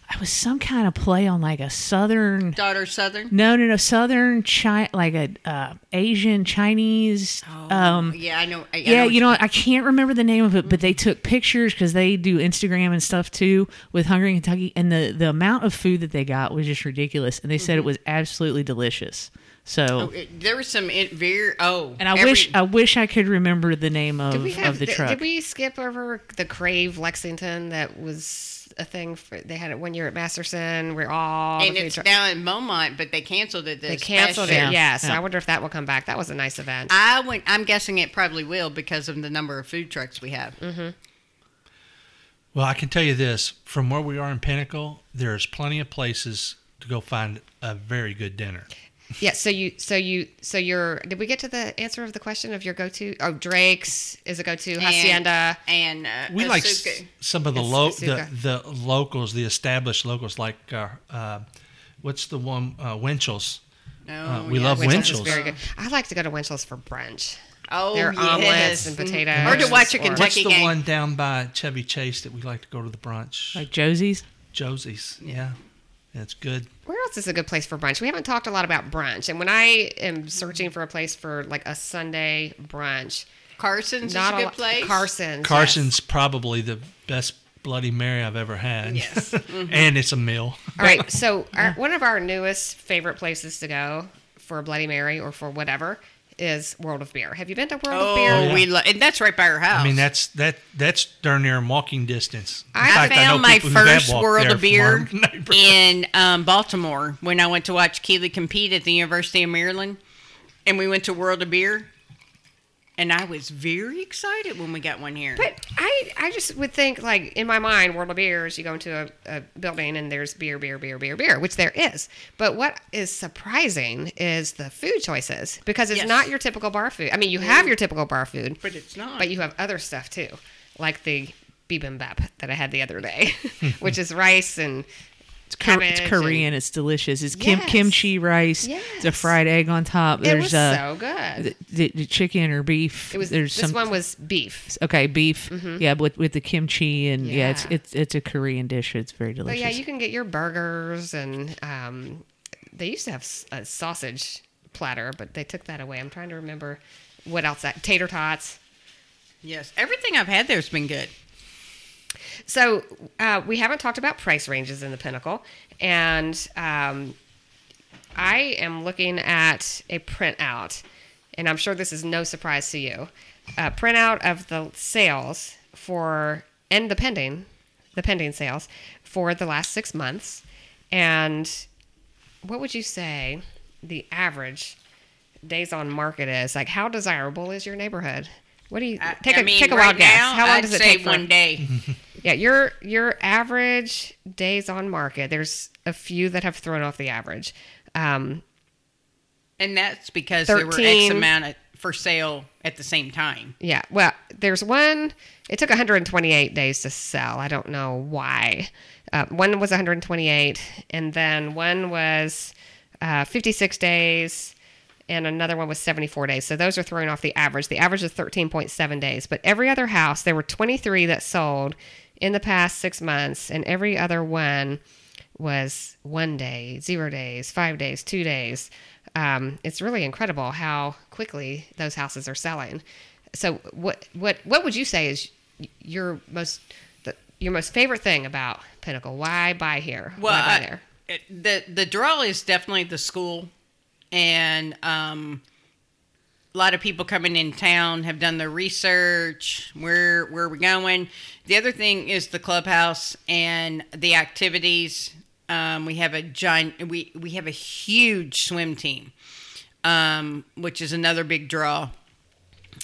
Speaker 2: it was some kind of play on like a southern
Speaker 4: Yeah. daughter Southern.
Speaker 2: no no no southern chi like a uh, Asian Chinese um
Speaker 4: yeah, I know. I, I
Speaker 2: yeah,
Speaker 4: what
Speaker 2: you know, what? I can't remember the name of it, but they took pictures because they do Instagram and stuff too with Hungry in
Speaker 1: Mm-hmm.
Speaker 2: Kentucky, and the the amount of food that they got was just ridiculous, and they said it was absolutely delicious. So
Speaker 4: Oh, it- there was some in, very oh,
Speaker 2: and I
Speaker 4: every-
Speaker 2: wish uh, I wish I could remember the name of,
Speaker 1: Did we have
Speaker 2: of the
Speaker 1: did-
Speaker 2: truck.
Speaker 1: Did we skip over the Crave Lexington that was a thing for they had it one year at Masterson where all
Speaker 4: and
Speaker 1: the food
Speaker 4: it's
Speaker 1: truck-
Speaker 4: now in Beaumont, but they canceled it. This
Speaker 1: they canceled
Speaker 4: special.
Speaker 1: it.
Speaker 2: Yeah,
Speaker 1: Yeah, so
Speaker 2: yeah.
Speaker 1: I wonder if that will come back. That was a nice event.
Speaker 4: I went. I'm guessing it probably will because of the number of food trucks we have.
Speaker 3: Well, I can tell you this from where we are in Pinnacle, there's plenty of places to go find a very good dinner.
Speaker 1: yeah, so you so you so your did we get to the answer of the question of your go to? Oh, Drake's is a go to Hacienda.
Speaker 4: and uh,
Speaker 3: We like s-
Speaker 4: Asuka.
Speaker 3: some of the
Speaker 1: Yes,
Speaker 3: lo- the,
Speaker 1: Asuka.
Speaker 3: the locals, the established locals, like uh, uh, what's the one uh, Winchell's.
Speaker 4: Oh,
Speaker 3: uh, we love
Speaker 1: is
Speaker 3: Winchell's.
Speaker 1: very good. I like to go to Winchell's for brunch.
Speaker 4: Oh,
Speaker 1: Their omelets
Speaker 4: yes.
Speaker 1: and
Speaker 4: Mhm.
Speaker 1: potatoes.
Speaker 4: Or to watch a
Speaker 1: or-
Speaker 4: Kentucky
Speaker 3: What's the
Speaker 4: game.
Speaker 3: one down by Chevy Chase that we like to go to the brunch?
Speaker 2: like Josie's.
Speaker 3: Josie's. Yeah, that's good.
Speaker 1: Where else is a good place for brunch? We haven't talked a lot about brunch. And when I am searching for a place for like a Sunday brunch,
Speaker 4: Carson's
Speaker 1: not
Speaker 4: is a
Speaker 1: a
Speaker 4: good
Speaker 1: lot-
Speaker 4: place.
Speaker 1: Carson's. yes.
Speaker 3: Carson's probably the best Bloody Mary I've ever had.
Speaker 4: Yes. Mm-hmm.
Speaker 3: and it's a meal.
Speaker 1: All right. So our, one of our newest favorite places to go for a Bloody Mary or for whatever is World of Beer. Have you been to World
Speaker 4: Oh,
Speaker 1: of Beer?
Speaker 3: yeah.
Speaker 4: we love, and that's right by our house.
Speaker 3: I mean, that's that that's darn near walking distance. In
Speaker 4: I
Speaker 3: fact, know
Speaker 4: found my
Speaker 3: people who have
Speaker 4: first
Speaker 3: walked
Speaker 4: world
Speaker 3: there
Speaker 4: of
Speaker 3: from our
Speaker 4: beer
Speaker 3: neighborhood.
Speaker 4: in um, Baltimore when I went to watch Keeley compete at the University of Maryland, and we went to World of Beer, and I was very excited when we got one here.
Speaker 1: But I, I just would think like in my mind, World of Beer is you go into a, a building and there's beer, beer, beer, beer, beer, which there is. But what is surprising is the food choices because it's
Speaker 4: Yes.
Speaker 1: not your typical bar food. I mean, you have your typical bar food,
Speaker 4: But it's not.
Speaker 1: But you have other stuff too, like the bibimbap that I had the other day, which is rice and
Speaker 2: It's, Kor- it's
Speaker 1: cabbage
Speaker 2: Korean. It's delicious. It's kim-
Speaker 1: Yes.
Speaker 2: kimchi rice. It's a
Speaker 1: Yes.
Speaker 2: fried egg on top.
Speaker 1: it
Speaker 2: There's
Speaker 1: was
Speaker 2: uh,
Speaker 1: so good.
Speaker 2: the, the, the chicken or beef.
Speaker 1: It was
Speaker 2: There's
Speaker 1: this
Speaker 2: some,
Speaker 1: one was beef.
Speaker 2: okay beef. Yeah, with with the kimchi and yeah. it's
Speaker 1: Yeah.
Speaker 2: it's it's a Korean dish. It's very
Speaker 1: But
Speaker 2: delicious.
Speaker 1: yeah, you can get your burgers and um, they used to have s- a sausage platter, but they took that away. I'm trying to remember what else. That, tater tots.
Speaker 4: yes, everything I've had there's been good.
Speaker 1: So uh, we haven't talked about price ranges in the Pinnacle, and um, I am looking at a printout, and I'm sure this is no surprise to you. A printout of the sales for and the pending, the pending sales for the last six months, and what would you say the average days on market is? Like, how desirable is your neighborhood? What do you
Speaker 4: I-
Speaker 1: take a
Speaker 4: Uh, I mean,
Speaker 1: take a
Speaker 4: right
Speaker 1: wild guess?
Speaker 4: now,
Speaker 1: How long
Speaker 4: I'd
Speaker 1: does it
Speaker 4: say
Speaker 1: take for-
Speaker 4: one day?
Speaker 1: yeah, your your average days on market. There's a few that have thrown off the average. Um,
Speaker 4: And that's because there were X
Speaker 1: 13.
Speaker 4: amount of, for sale at the same time.
Speaker 1: yeah, well, there's one. It took 128 days to sell. I don't know why. Uh, one was 128, and then one was uh, 56 days, and another one was 74 days. So those are throwing off the average. The average is 13.7 days. But every other house, there were 23 that sold in the past six months, and every other one was one day, zero days, five days, two days. Um, it's really incredible how quickly those houses are selling. So, what what what would you say is y- your most the, your most favorite thing about Pinnacle? Why buy here? Why buy
Speaker 4: I-
Speaker 1: there?
Speaker 4: it- the the draw is definitely the school, and um, a lot of people coming in town have done their research. Where where are we going? The other thing is the clubhouse and the activities. Um, we have a giant. We we have a huge swim team, um, which is another big draw.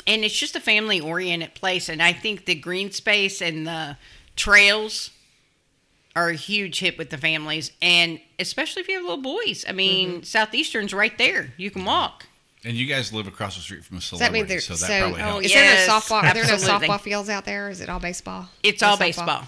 Speaker 4: And it's just a family oriented place, and I think the green space and the trails are a huge hit with the families, and especially if you have little boys. I mean, Southeastern's right there; you can walk.
Speaker 5: And you guys live across the street from a
Speaker 1: Does that
Speaker 5: celebrity,
Speaker 1: mean there's
Speaker 5: so
Speaker 1: so,
Speaker 5: that probably
Speaker 1: oh,
Speaker 5: helps.
Speaker 1: is
Speaker 4: Yes,
Speaker 1: there no softball? Are there no
Speaker 4: absolutely.
Speaker 1: softball fields out there? Is it all baseball?
Speaker 4: It's
Speaker 1: No
Speaker 4: all
Speaker 1: softball?
Speaker 4: baseball.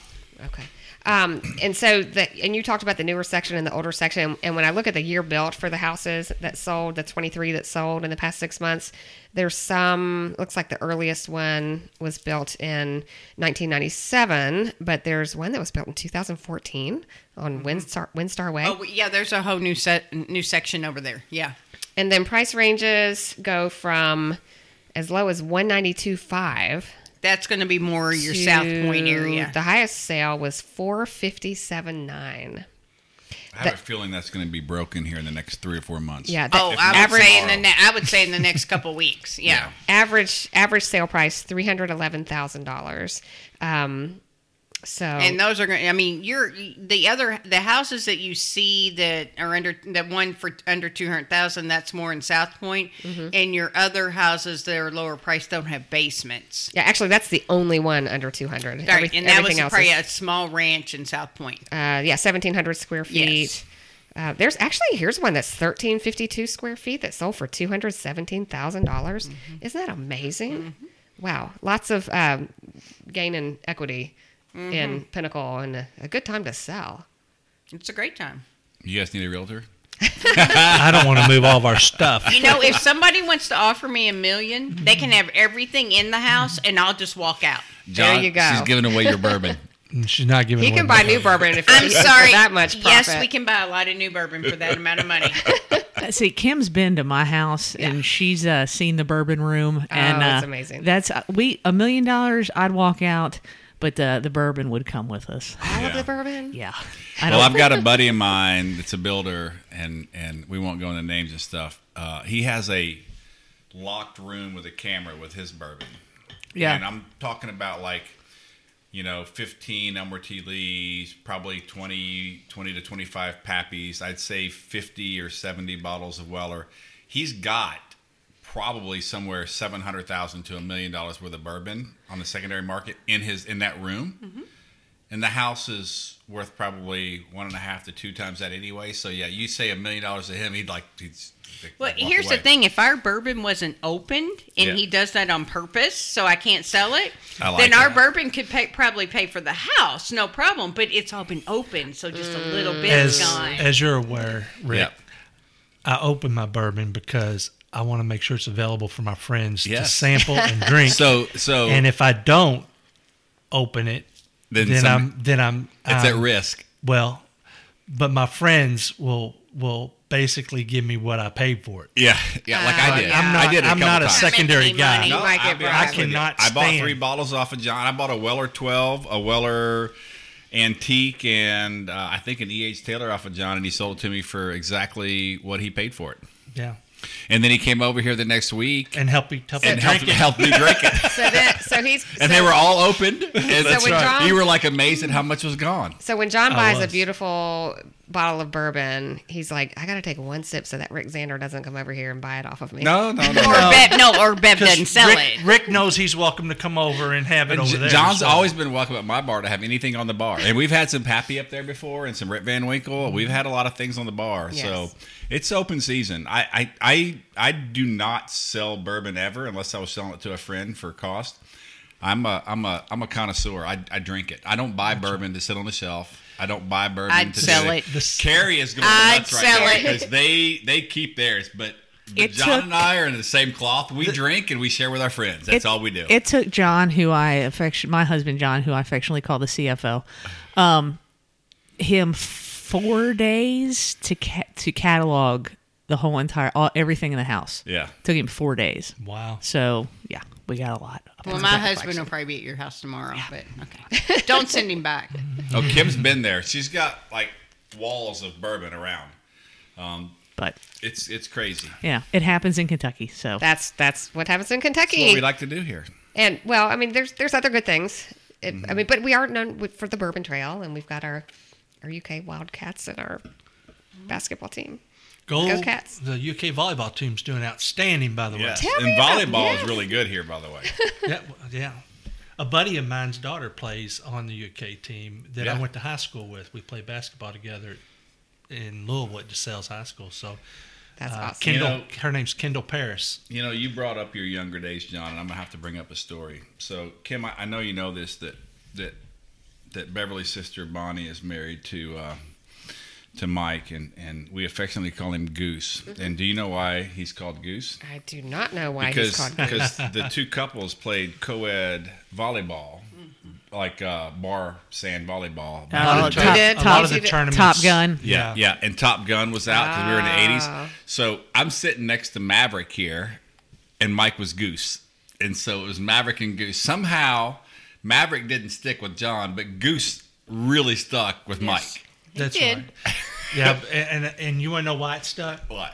Speaker 1: Okay. Um, and so the and you talked about the newer section and the older section. And when I look at the year built for the houses that sold, the 23 that sold in the past six months, there's some. Looks like the earliest one was built in 1997, but there's one that was built in 2014 on Windstar Windstar Way.
Speaker 4: Mm-hmm. Oh, yeah, there's a whole new set, new section over there. Yeah,
Speaker 1: And then price ranges go from as low as 192.5
Speaker 4: that's going to be more your South Point
Speaker 1: to-
Speaker 4: area.
Speaker 1: The highest sale was four fifty seven nine.
Speaker 5: I have a feeling that's going to be broken here in the next three or four months.
Speaker 1: Yeah. the
Speaker 4: Oh, I would
Speaker 1: average
Speaker 4: say in the ne- I would say in the next couple weeks. Yeah.
Speaker 1: average average sale price three hundred eleven thousand dollars. Um, so
Speaker 4: And those are going. I mean, you're the other the houses that you see that are under that one for under two hundred thousand. That's more in South Point, and your other houses that are lower priced don't have basements.
Speaker 1: yeah, actually, that's the only one under two hundred.
Speaker 4: Sorry, and that was
Speaker 1: everything else
Speaker 4: probably
Speaker 1: is,
Speaker 4: a small ranch in South Point.
Speaker 1: uh, yeah, seventeen hundred square feet.
Speaker 4: Yes.
Speaker 1: Uh, there's actually here's one that's thirteen fifty two square feet that sold for two hundred seventeen thousand dollars.
Speaker 4: Mm-hmm.
Speaker 1: Isn't that amazing? Wow, lots of um, gain in equity
Speaker 4: Mm-hmm.
Speaker 1: in Pinnacle and a, a good time to sell.
Speaker 4: It's a great time.
Speaker 5: You guys need a realtor?
Speaker 3: I don't want to move all of our stuff.
Speaker 4: You know, if somebody wants to offer me a million, they can have everything in the house, and I'll just walk out.
Speaker 1: There you go.
Speaker 5: She's giving away your bourbon.
Speaker 3: And She's not giving.
Speaker 1: He
Speaker 3: away
Speaker 1: can buy
Speaker 3: my-
Speaker 1: new bourbon if
Speaker 4: I'm
Speaker 1: he's for
Speaker 4: sorry.
Speaker 1: that much. Profit.
Speaker 4: Yes, we can buy a lot of new bourbon for that amount of money.
Speaker 2: Uh, See, Kim's been to my house and she's uh, seen the bourbon room, and
Speaker 1: that's
Speaker 2: uh,
Speaker 1: amazing.
Speaker 2: That's uh, we a million dollars. I'd walk out, but uh, the bourbon would come with us.
Speaker 1: All of
Speaker 5: Yeah.
Speaker 1: the bourbon.
Speaker 2: Yeah, I
Speaker 5: Well, I've got a buddy of mine that's a builder, and and we won't go into names and stuff. Uh, he has a locked room with a camera with his bourbon.
Speaker 2: Yeah.
Speaker 5: and I'm talking about like. You know, 15 Elmerty Lees, probably 20, 20 to 25 Pappies. I'd say 50 or 70 bottles of Weller. He's got probably somewhere 700,000 to a million dollars worth of bourbon on the secondary market in his in that room and the house is worth probably one and a half to two times that anyway. So yeah, you say a million dollars to him, he'd like. He'd,
Speaker 4: Well,
Speaker 5: walk
Speaker 4: here's
Speaker 5: away.
Speaker 4: the thing: if our bourbon wasn't opened, and
Speaker 5: Yeah.
Speaker 4: he does that on purpose, so I can't sell it,
Speaker 5: I like
Speaker 4: then our
Speaker 5: that.
Speaker 4: bourbon could pay, probably pay for the house, no problem. But it's all been opened, so just a little bit
Speaker 3: As
Speaker 4: is gone.
Speaker 3: as you're aware, Rick,
Speaker 5: Yep.
Speaker 3: I open my bourbon because I want to make sure it's available for my friends to
Speaker 5: Yes.
Speaker 3: sample and drink.
Speaker 5: So so
Speaker 3: and if I don't open it,
Speaker 5: Then
Speaker 3: then,
Speaker 5: some-
Speaker 3: I'm um, then I'm
Speaker 5: it's at
Speaker 3: I'm-
Speaker 5: risk.
Speaker 3: Well, but my friends will will basically give me what I paid for it.
Speaker 5: Yeah, yeah, like I did.
Speaker 3: Uh, I'm not.
Speaker 5: I did it a
Speaker 3: am
Speaker 5: couple
Speaker 3: not a
Speaker 5: times.
Speaker 3: secondary
Speaker 4: Making me
Speaker 3: guy.
Speaker 4: money. No, Like
Speaker 5: I'll
Speaker 4: it,
Speaker 5: be
Speaker 4: bro.
Speaker 5: honest
Speaker 3: I
Speaker 5: with you.
Speaker 3: cannot
Speaker 5: I bought
Speaker 3: stand-
Speaker 5: three bottles off of John. I bought a Weller 12, a Weller antique, and uh, I think an E.H. Taylor off of John, and he sold it to me for exactly what he paid for it.
Speaker 3: Yeah,
Speaker 5: And then he came over here the next week
Speaker 3: and help you help
Speaker 5: and
Speaker 3: you
Speaker 5: helped,
Speaker 3: drink it.
Speaker 5: helped me drink it.
Speaker 1: So that so he's
Speaker 5: and
Speaker 1: so,
Speaker 5: they were all opened. And
Speaker 1: when John-
Speaker 5: you were like amazed at how much was gone.
Speaker 1: so when John buys a
Speaker 3: was.
Speaker 1: beautiful bottle of bourbon, he's like, I gotta take one sip so that Rick Xander doesn't come over here and buy it off of me.
Speaker 5: No, no, no.
Speaker 4: or
Speaker 5: no.
Speaker 4: Bev, no, or Bev doesn't sell
Speaker 3: Rick,
Speaker 4: it.
Speaker 3: Rick knows he's welcome to come over and have it over
Speaker 5: J-
Speaker 3: there.
Speaker 5: John's
Speaker 3: so-
Speaker 5: always been welcome at my bar to have anything on the bar, and we've had some Pappy up there before, and some Rip Van Winkle.
Speaker 3: Mm-hmm.
Speaker 5: We've had a lot of things on the bar, so
Speaker 1: Yes.
Speaker 5: it's open season. I, I, I, I do not sell bourbon ever unless I was selling it to a friend for cost. I'm a, I'm a, I'm a connoisseur. I, I drink it. I don't buy bourbon to sit on the shelf. I don't buy bourbon.
Speaker 4: I'd
Speaker 5: to
Speaker 4: sell
Speaker 5: do
Speaker 4: it.
Speaker 3: This-
Speaker 5: Carrie is going
Speaker 4: I'd
Speaker 5: nuts right
Speaker 4: sell
Speaker 5: now
Speaker 4: it.
Speaker 5: because they, they keep theirs, but.
Speaker 2: It
Speaker 5: John
Speaker 2: took-
Speaker 5: and I are in the same cloth. We drink and we share with our friends. That's
Speaker 2: It-
Speaker 5: all we do.
Speaker 2: It took John, who I affection, my husband John, who I affectionately call the CFO, um, him four days to ca- to catalog the whole entire all, everything in the house.
Speaker 5: Yeah.
Speaker 2: took him four days.
Speaker 3: wow.
Speaker 2: So yeah, we got a lot. of
Speaker 4: Well,
Speaker 2: that
Speaker 4: my
Speaker 2: collection.
Speaker 4: husband will probably be at your house tomorrow, but okay, don't send him back.
Speaker 5: Oh, Kim's been there. She's got like walls of bourbon around.
Speaker 2: but
Speaker 5: It's it's crazy.
Speaker 2: yeah, it happens in Kentucky. So
Speaker 1: That's that's what happens in
Speaker 5: That's what
Speaker 1: Kentucky.
Speaker 5: we like to do here.
Speaker 1: and well, I mean, there's there's other good things. It,
Speaker 5: Mm-hmm.
Speaker 1: I mean, but we are known with- for the Bourbon Trail, and we've got our our UK Wildcats and our basketball team.
Speaker 3: Go,
Speaker 1: Cats.
Speaker 3: The UK volleyball team's doing outstanding, by the way.
Speaker 1: Tell me
Speaker 5: and
Speaker 1: about-
Speaker 5: volleyball
Speaker 1: yeah.
Speaker 5: is really good here, by the way.
Speaker 3: Yeah, w- yeah. A buddy of mine's daughter plays on the UK team that
Speaker 5: Yeah.
Speaker 3: I went to high school with. We played basketball together in Louisville at DeSales High School. So
Speaker 1: That's
Speaker 3: uh,
Speaker 1: awesome.
Speaker 3: Kendall,
Speaker 5: You know-
Speaker 3: her name's Kendall Paris.
Speaker 5: You know, you brought up your younger days, John, and I'm gonna have to bring up a story. So, Kim, I, I know you know this that that that Beverly's sister Bonnie is married to uh, to Mike, and and we affectionately call him Goose.
Speaker 1: Mm-hmm.
Speaker 5: And do you know why he's called Goose?
Speaker 1: I do not know why he's
Speaker 5: because
Speaker 1: called. Goose.
Speaker 5: because the two couples played co-ed volleyball, like uh, bar sand volleyball.
Speaker 2: Oh,
Speaker 3: Top-
Speaker 2: Top-
Speaker 3: a
Speaker 2: Top-
Speaker 3: lot of the tournaments.
Speaker 2: Top Gun.
Speaker 5: Yeah, yeah, and Top Gun was out because we were in the
Speaker 1: Ah.
Speaker 2: Oh.
Speaker 5: eighties. So I'm sitting next to Maverick here, and Mike was Goose, and so it was Maverick and Goose. Somehow, Maverick didn't stick with John, but Goose really stuck with Mike.
Speaker 3: That's
Speaker 4: did.
Speaker 3: right. yeah, and and- and you want to know why it stuck?
Speaker 5: What?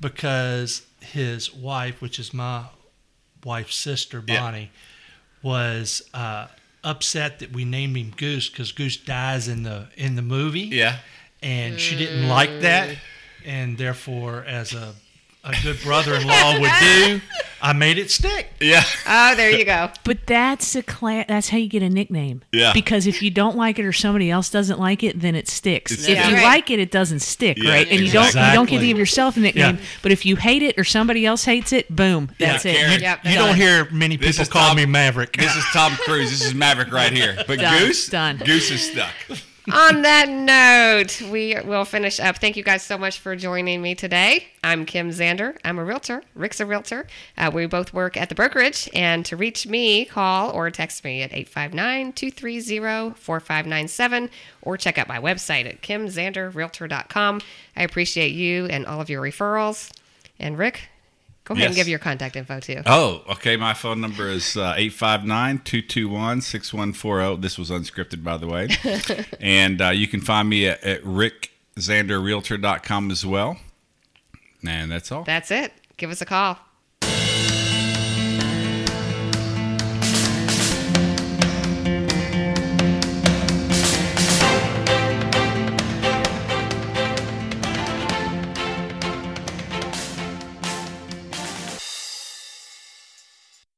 Speaker 3: because his wife, which is my wife's sister,
Speaker 5: Yeah.
Speaker 3: Bonnie, was uh, upset that we named him Goose because Goose dies in the in the movie.
Speaker 5: Yeah.
Speaker 3: and she didn't like
Speaker 5: Mm.
Speaker 3: that, and therefore, as a a good brother-in-law would do, I made it stick.
Speaker 5: Yeah.
Speaker 1: Oh, there you go.
Speaker 2: But that's the cla- That's how you get a nickname.
Speaker 5: Yeah.
Speaker 2: Because if you don't like it or somebody else doesn't like it, then it sticks.
Speaker 5: It's-
Speaker 2: if
Speaker 5: Yeah.
Speaker 2: you
Speaker 4: Right.
Speaker 2: like it, it doesn't stick,
Speaker 5: Yeah,
Speaker 2: right? And you don't you don't get to
Speaker 3: exactly.
Speaker 2: give yourself a nickname.
Speaker 3: Yeah.
Speaker 2: But if you hate it or somebody else hates it, boom, that's it.
Speaker 5: Karen.
Speaker 2: You-
Speaker 1: Yep,
Speaker 3: You don't hear many
Speaker 5: This
Speaker 3: people
Speaker 5: is
Speaker 3: call
Speaker 5: Tom-
Speaker 3: me Maverick.
Speaker 5: This is Tom Cruise. This is Maverick right here. But
Speaker 2: Done.
Speaker 5: Goose,
Speaker 2: Done.
Speaker 5: Goose is stuck.
Speaker 1: On that note, we will finish up. Thank you guys so much for joining me today. I'm Kim Zander. I'm a realtor. Rick's a realtor. Uh, we both work at the brokerage. And to reach me, call or text me at 859 230 4597 or check out my website at kimzanderrealtor.com. I appreciate you and all of your referrals. And Rick, go ahead and
Speaker 5: Yes.
Speaker 1: give your contact info too.
Speaker 5: Oh, okay. My phone number is uh, 859 221 6140. oh. This was unscripted, by the way. and uh, you can find me at, at rickzanderrealtor.com as well. And that's all.
Speaker 1: That's it. Give us a call.